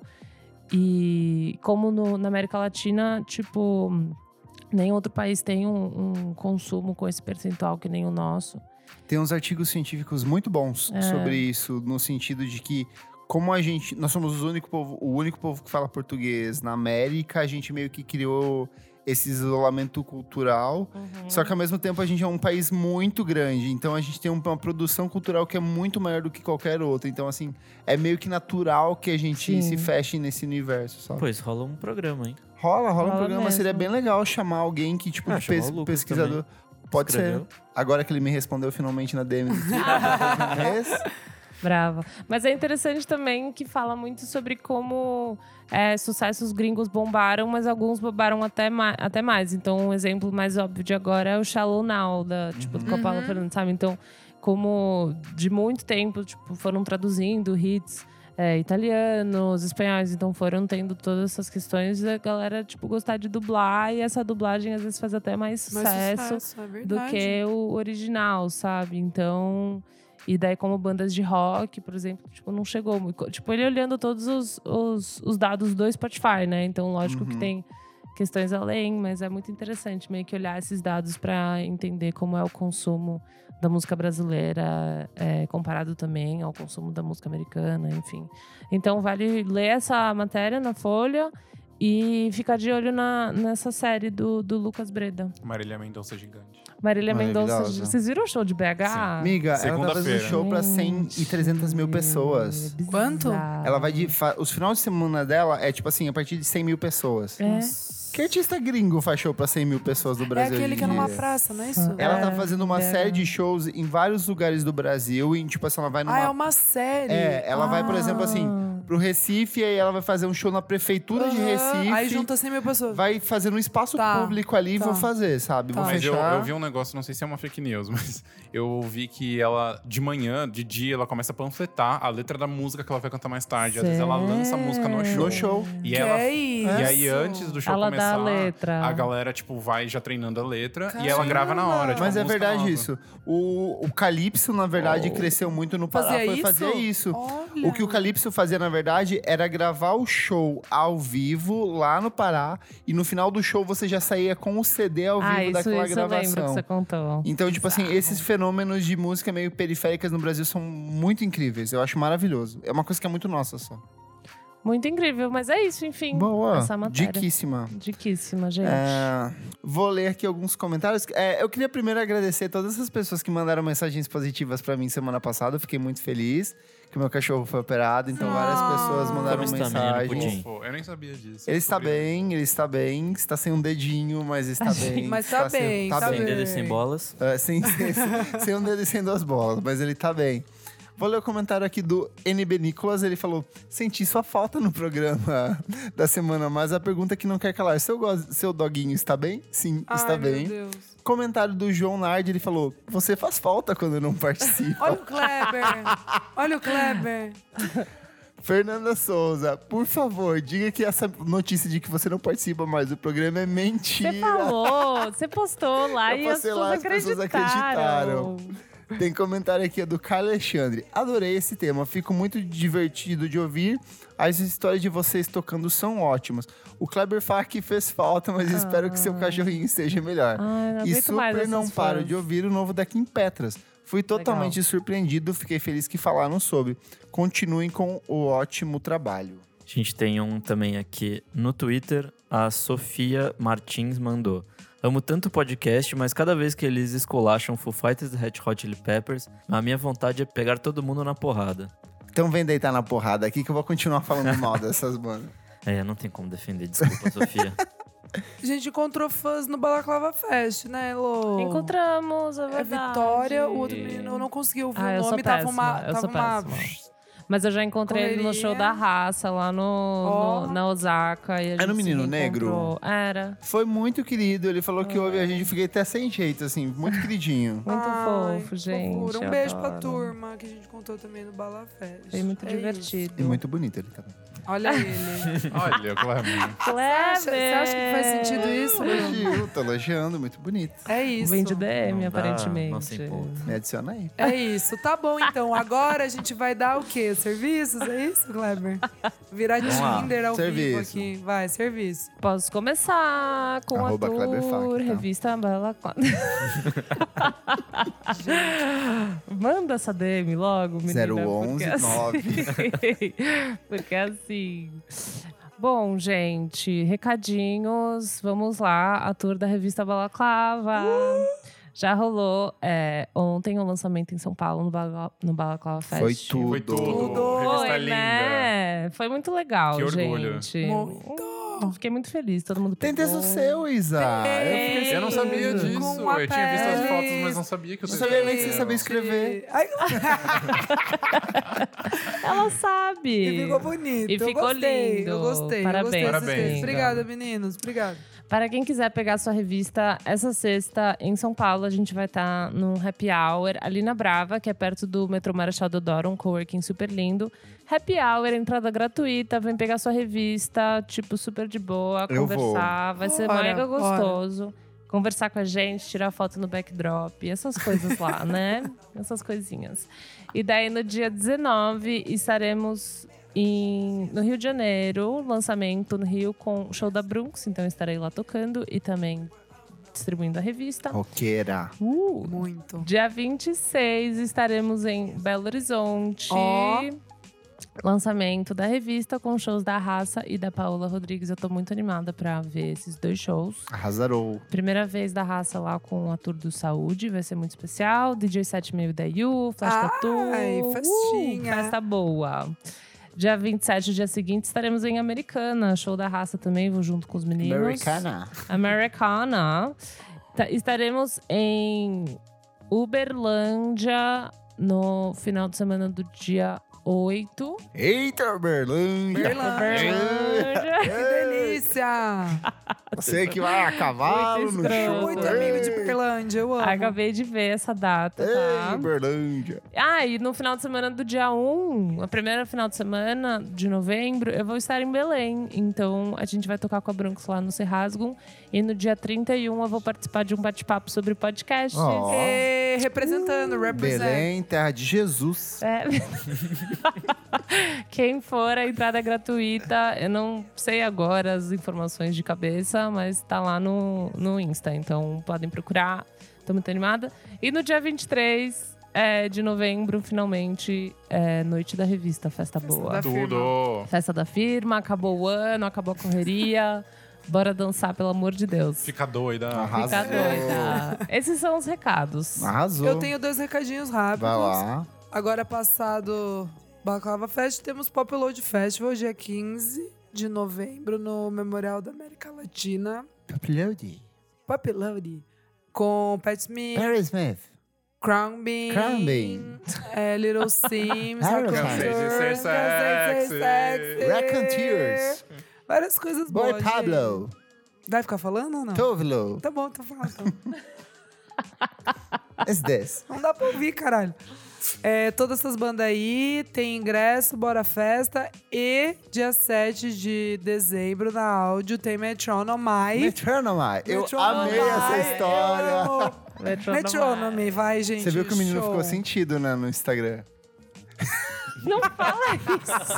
E como no- na América Latina, tipo, nenhum outro país tem um, um consumo com esse percentual que nem o nosso. Tem uns artigos científicos muito bons É. sobre isso, no sentido de que como a gente, nós somos o único povo, o único povo que fala português na América, a gente meio que criou esse isolamento cultural. Uhum. Só que ao mesmo tempo a gente é um país muito grande, então a gente tem uma produção cultural que é muito maior do que qualquer outra. Então assim, é meio que natural que a gente Sim. se feche nesse universo, sabe? Pois rola um programa, hein? Rola, rola, um Rola programa, mesmo. seria bem legal chamar alguém que tipo Ah, de chamar o pes- Lucas pesquisador Pode ser. Escreveu. Agora que ele me respondeu finalmente na DM. Mas- Brava. Mas é interessante também que fala muito sobre como é, sucessos gringos bombaram, mas alguns bombaram até, ma- até mais. Então, um exemplo mais óbvio de agora é o Shallow Now, da, tipo, do Coppola Uhum. Fernandes, sabe? Então, como de muito tempo, tipo, foram traduzindo hits é, italianos, espanhóis, então foram tendo todas essas questões da galera, tipo, gostar de dublar, e essa dublagem às vezes faz até mais Mas sucesso sucesso, é do verdade. que o original, sabe? Então. E daí, como bandas de rock, por exemplo, tipo, não chegou muito. Tipo, ele olhando todos os, os, os dados do Spotify, né? Então, lógico que Uhum. tem questões além, mas é muito interessante meio que olhar esses dados para entender como é o consumo da música brasileira, é, comparado também ao consumo da música americana, enfim. Então, vale ler essa matéria na Folha e ficar de olho na, nessa série do, do Lucas Breda. Marília Mendonça gigante. Marília Mendonça. Maravilhosa. Vocês viram o show de Ah, BH? Amiga, ela tá fazendo Segunda-feira. show pra 100 e 300 mil pessoas. Bizarro. Quanto? Ela vai de. fa- Os finais de semana dela é tipo assim, a partir de 100 mil pessoas. É. Que artista gringo faz show pra 100 mil pessoas do É Brasil? aquele hoje que é em numa dia? praça, não é isso? Ela tá fazendo uma É. série de shows em vários lugares do Brasil. E, tipo assim, ela vai numa. Ah, é uma Ah. série. É, ela vai, por exemplo, assim, pro Recife, aí ela vai fazer um show na prefeitura de Aham, Recife. Aí junta 100 mil pessoas. Vai fazer um espaço Tá, público ali e tá. vou fazer, sabe? Tá. Vou Mas eu, fechar. eu vi um negócio, não sei se é uma fake news, mas eu ouvi que ela, de manhã, de dia, ela começa a panfletar a letra da música que ela vai cantar mais tarde. Às vezes ela lança a música no um show. No show. E Que ela. é E isso? aí, antes do show Ela dá começar, a letra. a galera, tipo, vai já treinando a letra e ela grava na Caramba! hora. tipo, Mas é música verdade nova. Oh. isso. O, o Calypso, na verdade, cresceu muito no Pará. Fazia foi isso? fazer isso. Olha. O que o Calypso fazia, na verdade, era gravar o show ao vivo lá no Pará. E no final do show você já saía com o CD ao vivo Ah, isso, daquela isso eu lembro que gravação. você contou. Então, tipo assim, esses fenômenos de música meio periféricas no Brasil são muito incríveis. Eu acho maravilhoso. É uma coisa que é muito nossa só. Muito incrível, mas é isso, enfim. Boa. Essa matéria. Diquíssima. Diquíssima, gente. É, vou ler aqui alguns comentários. É, eu queria primeiro agradecer todas as pessoas que mandaram mensagens positivas pra mim semana passada. Eu fiquei muito feliz que o meu cachorro foi operado, então várias Ah. pessoas mandaram Como está, menino mensagens. pudim? Fofo, Tipo, Eu nem sabia disso. Ele está Obrigado. bem, ele está bem, está sem um dedinho, mas está bem. Mas tá sem- bem, tá tá bem. Sem bem. dedo e sem bolas. É, sem, sem, sem um dedo e sem duas bolas, mas ele tá bem. Vou ler o comentário aqui do NB Nicolas. Ele falou: Senti sua falta no programa da semana, mas a pergunta é que não quer calar: seu, go- seu doguinho está bem? Sim, Ai, está meu tá bem. Deus. Comentário do João Nardi: ele falou: Você faz falta quando não participa. Olha o Kleber. Olha o Kleber. Fernanda Souza, por favor, diga que essa notícia de que você não participa mais do programa é mentira. Você falou, você postou lá Eu e as postei pessoas, lá, as pessoas acreditaram. acreditaram. Tem comentário aqui é do Carlos Alexandre. Adorei esse tema, fico muito divertido de ouvir. As histórias de vocês tocando são ótimas. O Kleber fala que fez falta, mas espero que seu cachorrinho esteja melhor. Ai, não e Ah. aguento mais super essas não paro fãs. de ouvir o novo daqui em Petras. Fui totalmente surpreendido, fiquei feliz que falaram sobre. Continuem com o ótimo trabalho. A gente tem um também aqui no Twitter. A Sofia Martins mandou. Amo tanto o podcast, mas cada vez que eles escolacham Foo Fighters e Red Hot Chili Peppers, a minha vontade é pegar todo mundo na porrada. Então vem deitar na porrada aqui que eu vou continuar falando mal dessas bandas. É, não tem como defender, desculpa, Sofia. A gente encontrou fãs no Balaclava Fest, né, Lô? Encontramos, é É verdade. Vitória, o outro menino, eu não consegui ouvir Ah, o eu sou nome, tava péssima, uma. eu tava sou uma... péssima. Mas eu já encontrei ele no show da Correria. raça, lá no, Ó. no- na Osaka. E a Era gente um se menino negro? reencontrou. Era. Foi muito querido, ele falou Ah, que é. houve a gente, fiquei até sem jeito, assim, muito queridinho. Muito Ai, fofo, que gente. fofura. Um eu beijo pra adoro. turma que a gente contou também no Balafest. Foi muito É divertido. E muito bonito ele também. isso. Olha ele. Olha, Cleber. Kleber! Acha- Você acha que faz sentido isso? né? Bruno? Elogio, É, tá elogiando, muito bonito. É isso. Vem de DM, Não dá, aparentemente. Nossa, empolga. Me adiciona aí. É isso. Tá bom, então. Agora a gente vai dar o quê? Serviços? É isso, Kleber? Virar Vamos lá. Tinder ao vivo Serviço. aqui. Vai, serviço. Posso começar com Arroba a Kleber Fak, tour, tá? revista Bela... Manda essa DM logo, menina. porque 011 9. assim- porque assim... Bom, gente, recadinhos. Vamos lá, a tour da revista Balaclava. Uh! Já rolou é, ontem o lançamento em São Paulo, no, Bala, no Balaclava Fest. Foi tudo. Foi tudo. Tudo. Revista Foi, linda. é, né? Foi muito legal, Que orgulho. gente. Muito. Hum, Fiquei muito feliz, todo mundo Tem texto pegou. seu, Isa. Ah, É. Eu fiquei Eu não sabia surpreso. disso. Com a Eu tinha visto as pele. fotos, mas não sabia que o Não texto sabia era nem que você dela. sabia escrever. Ai, Ela sabe. e ficou bonito. E eu ficou gostei, lindo. Eu gostei. Parabéns. Eu gostei desses Parabéns. textos. Obrigada, meninos. Obrigada. Para quem quiser pegar sua revista, essa sexta em São Paulo, a gente vai estar num happy hour ali na Brava, que é perto do metrô Marechal Deodoro, um coworking super lindo. Happy hour, entrada gratuita, vem pegar sua revista, tipo, super de boa, Eu conversar. Vai ser Bora, é mega bora. gostoso. Conversar com a gente, tirar foto no backdrop, essas coisas lá, né? Essas coisinhas. E daí no dia 19 estaremos em- no Rio de Janeiro, lançamento no Rio com o show da Brunx, então estarei lá tocando e também distribuindo a revista. Roqueira. Uh! Muito. Dia 26 estaremos em Belo Horizonte. Ó. Lançamento da revista com shows da Raça e da Paola Rodrigues. Eu tô muito animada pra ver esses dois shows. Arrasarou. Primeira vez da Raça lá com o ator do Saúde, vai ser muito especial. DJ 76 da Yu, Flash Ai, Tattoo. festinha. Uh, festa boa. Dia 27, dia seguinte, estaremos em Americana, show da Raça também, vou junto com os meninos. Americana. Americana. Ta- Estaremos em Uberlândia no final de semana do dia 8. Eita, Berlândia. Berlândia. Que delícia! Você que vai a cavalo Muito no show. escroto. Muito amigo de Ei, Berlândia, eu amo. Acabei de ver essa data, tá? Ei, Berlândia. Ah, e no final de semana do dia 1, a primeira final de semana de novembro, eu vou estar em Belém. Então a gente vai tocar com a Broncos lá no Serrasgum. E no dia 31 eu vou participar de um bate-papo sobre podcast. Ó. Ê, É, representando, represent. Belém, terra de Jesus. É. Quem for, a entrada é gratuita. Eu não sei agora as informações de cabeça, mas tá lá no, no Insta. Então podem procurar. Tô muito animada. E no dia 23 é, de novembro, finalmente, é Noite da Revista, Festa Boa. da- Tudo. Festa da firma, acabou o ano, acabou a correria. Bora dançar, pelo amor de Deus. Fica doida. Arrasou. Fica doida. Esses são os recados. Arrasou. Eu tenho dois recadinhos Vai rápidos. lá. Agora passado Baclava Fest, temos Pop Load Festival, dia 15 de novembro, no Memorial da América Latina. Upload. Pop Load. Com Pat Smith, Perry Smith. Crown Bean, Crown Bean. é, Little Sims, Cansei de ser Raconteur, Cansei de sexy. sexy. Raconteurs. Várias coisas Boy boas, gente. Pablo. Vai ficar falando ou não? Tovlo. Tá bom, tô falando. então. It's this. Não dá pra ouvir, caralho. É, todas essas bandas aí, tem ingresso, bora festa. E dia 7 de dezembro, na áudio, tem Metronomai. Metronomy. Eu Metronomai, amei essa história. eu amo. Metronomai. Metronomy, vai, gente. Você viu que o menino show. ficou sentido né, no Instagram. Não fala isso.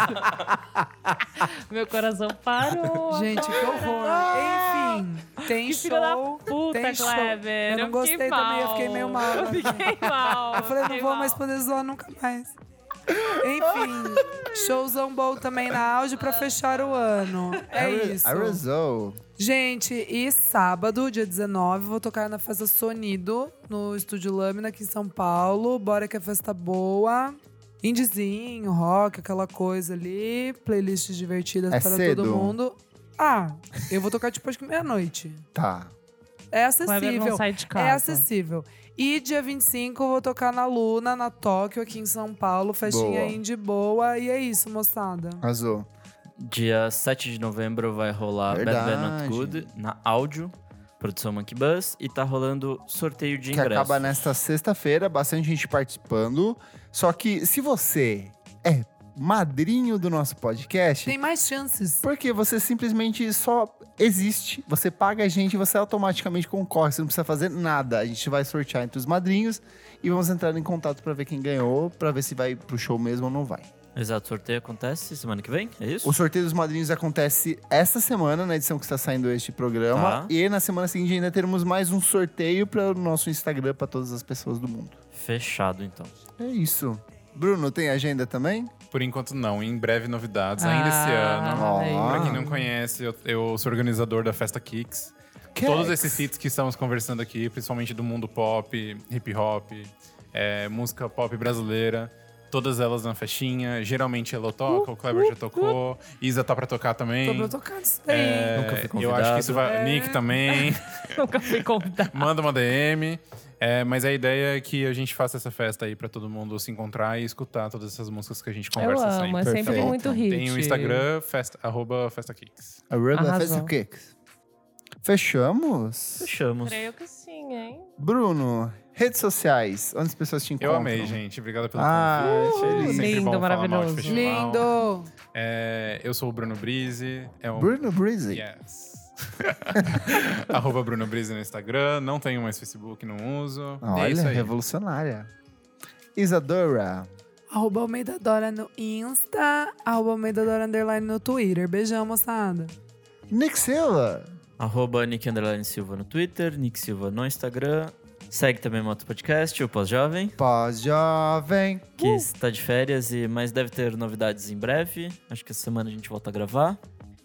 Meu coração parou. Gente, que horror. Ah! Enfim, tem que filho da show. puta, tem show. Kleber. Eu não gostei fiquei também, mal. eu fiquei meio mal. né? Eu fiquei mal. Eu falei, não fiquei vou mal. mais poder zoar nunca mais. Enfim, showzão bom também na áudio pra fechar o ano. É Ari- isso. Arezou. Gente, e sábado, dia 19, vou tocar na festa Sonido, no Estúdio Lâmina, aqui em São Paulo. Bora que a festa boa. Indizinho, rock, aquela coisa ali, playlists divertidas É para cedo? todo mundo. Ah, eu vou tocar tipo acho que meia-noite. Tá. É Kleber não acessível. sai de casa. É acessível. E dia 25 eu vou tocar na Luna, na Tóquio, aqui em São Paulo. Festinha Boa. indie boa. E é isso, moçada. Arrasou. Dia 7 de novembro vai rolar Bad Bad Not Verdade. Good na áudio, produção Monkey Bus, e tá rolando sorteio de Que ingressos. acaba né? nesta sexta-feira, bastante gente participando. Só que se você é madrinho do nosso podcast, Tem mais chances. Porque você simplesmente só existe. Você paga a gente, você automaticamente concorre. Você não precisa fazer nada. A gente vai sortear entre os madrinhos e vamos entrar em contato pra ver quem ganhou, pra ver se vai pro show mesmo ou não vai. Exato, sorteio acontece semana que vem, é isso? O sorteio dos madrinhos acontece esta semana, na edição que está saindo este programa. Tá. E na semana seguinte ainda teremos mais um sorteio para o nosso Instagram pra todas as pessoas do mundo. Fechado, então. É isso. Bruno, tem agenda também? Por enquanto, não. Em breve, novidades. Ainda esse Ah, ano. Ó. aí. Pra quem não conhece, eu, eu sou organizador da Festa Kicks. Todos esses hits que estamos conversando aqui, principalmente do mundo pop, hip hop, é, música pop brasileira, todas elas na festinha. Geralmente ela toca, o Kleber já tocou, Isa tá pra tocar Tô também. pra tocar isso daí. É, Nunca fui eu acho que isso convidado. vai. Nick também. Nunca fui convidada. Manda uma DM. É, mas a ideia é que a gente faça essa festa aí pra todo mundo se encontrar e escutar todas essas músicas que a gente Eu conversa amo, é sempre. sempre Perfeito. muito hit. Tem o Instagram, festa, arroba festakicks. Arroba Arrasou. Festival Kicks. Fechamos? Fechamos. Creio que sim, hein? Bruno, redes sociais, onde as pessoas te Eu encontram? amei, gente. Obrigado pelo Ah, convite. feliz. Sempre Lindo, bom falar mal de maravilhoso. festival. Lindo! É, eu sou o Bruno Brise. É um... Bruno Breezy. Yes. arroba Bruno Brise no Instagram. Não tenho mais Facebook, não uso. é Olha, isso aí. revolucionária. Isadora. Arroba Almeida Dora no Insta. Arroba Almeida Dora Underline no Twitter. Beijão, moçada. Nixela. Arroba Nick Underline Silva no Twitter, Nick Silva no Instagram. Segue também o Moto Podcast, o Pós-Jovem, Pós-jovem. que Uh! está de férias, e mas deve ter novidades em breve. Acho que essa semana a gente volta a gravar.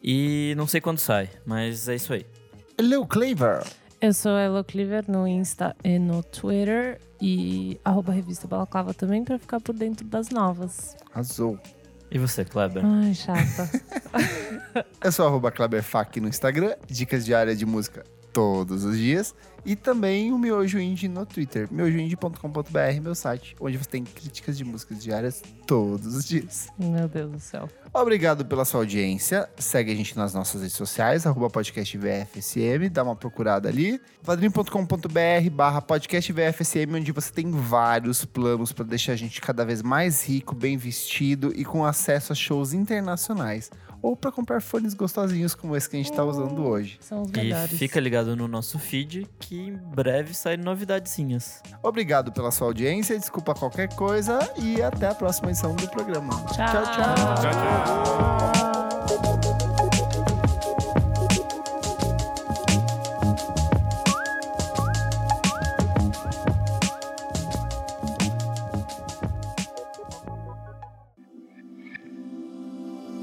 E não sei quando sai, mas é isso aí. Lil Claver. Eu sou Elo Cleaver no Insta e no Twitter. E arroba revista Balaclava também pra ficar por dentro das novas. Azul. E você, Kleber? Ai, chata. Eu sou arroba Kleberfac no Instagram. Dicas diárias de música todos os dias. E também o Miojo Indie no Twitter. miojoindie.com.br, meu site, onde você tem críticas de músicas diárias todos os dias. Meu Deus do céu. Obrigado pela sua audiência. Segue a gente nas nossas redes sociais, arroba podcast VFSM, dá uma procurada ali. padrim.com.br barra podcast VFSM, onde você tem vários planos para deixar a gente cada vez mais rico, bem vestido e com acesso a shows internacionais. Ou para comprar fones gostosinhos como esse que a gente tá usando hoje. São os E melhores. fica ligado no nosso feed que em breve saem novidadezinhas. Obrigado pela sua audiência, desculpa qualquer coisa e até a próxima edição do programa. tchau. Tchau, tchau.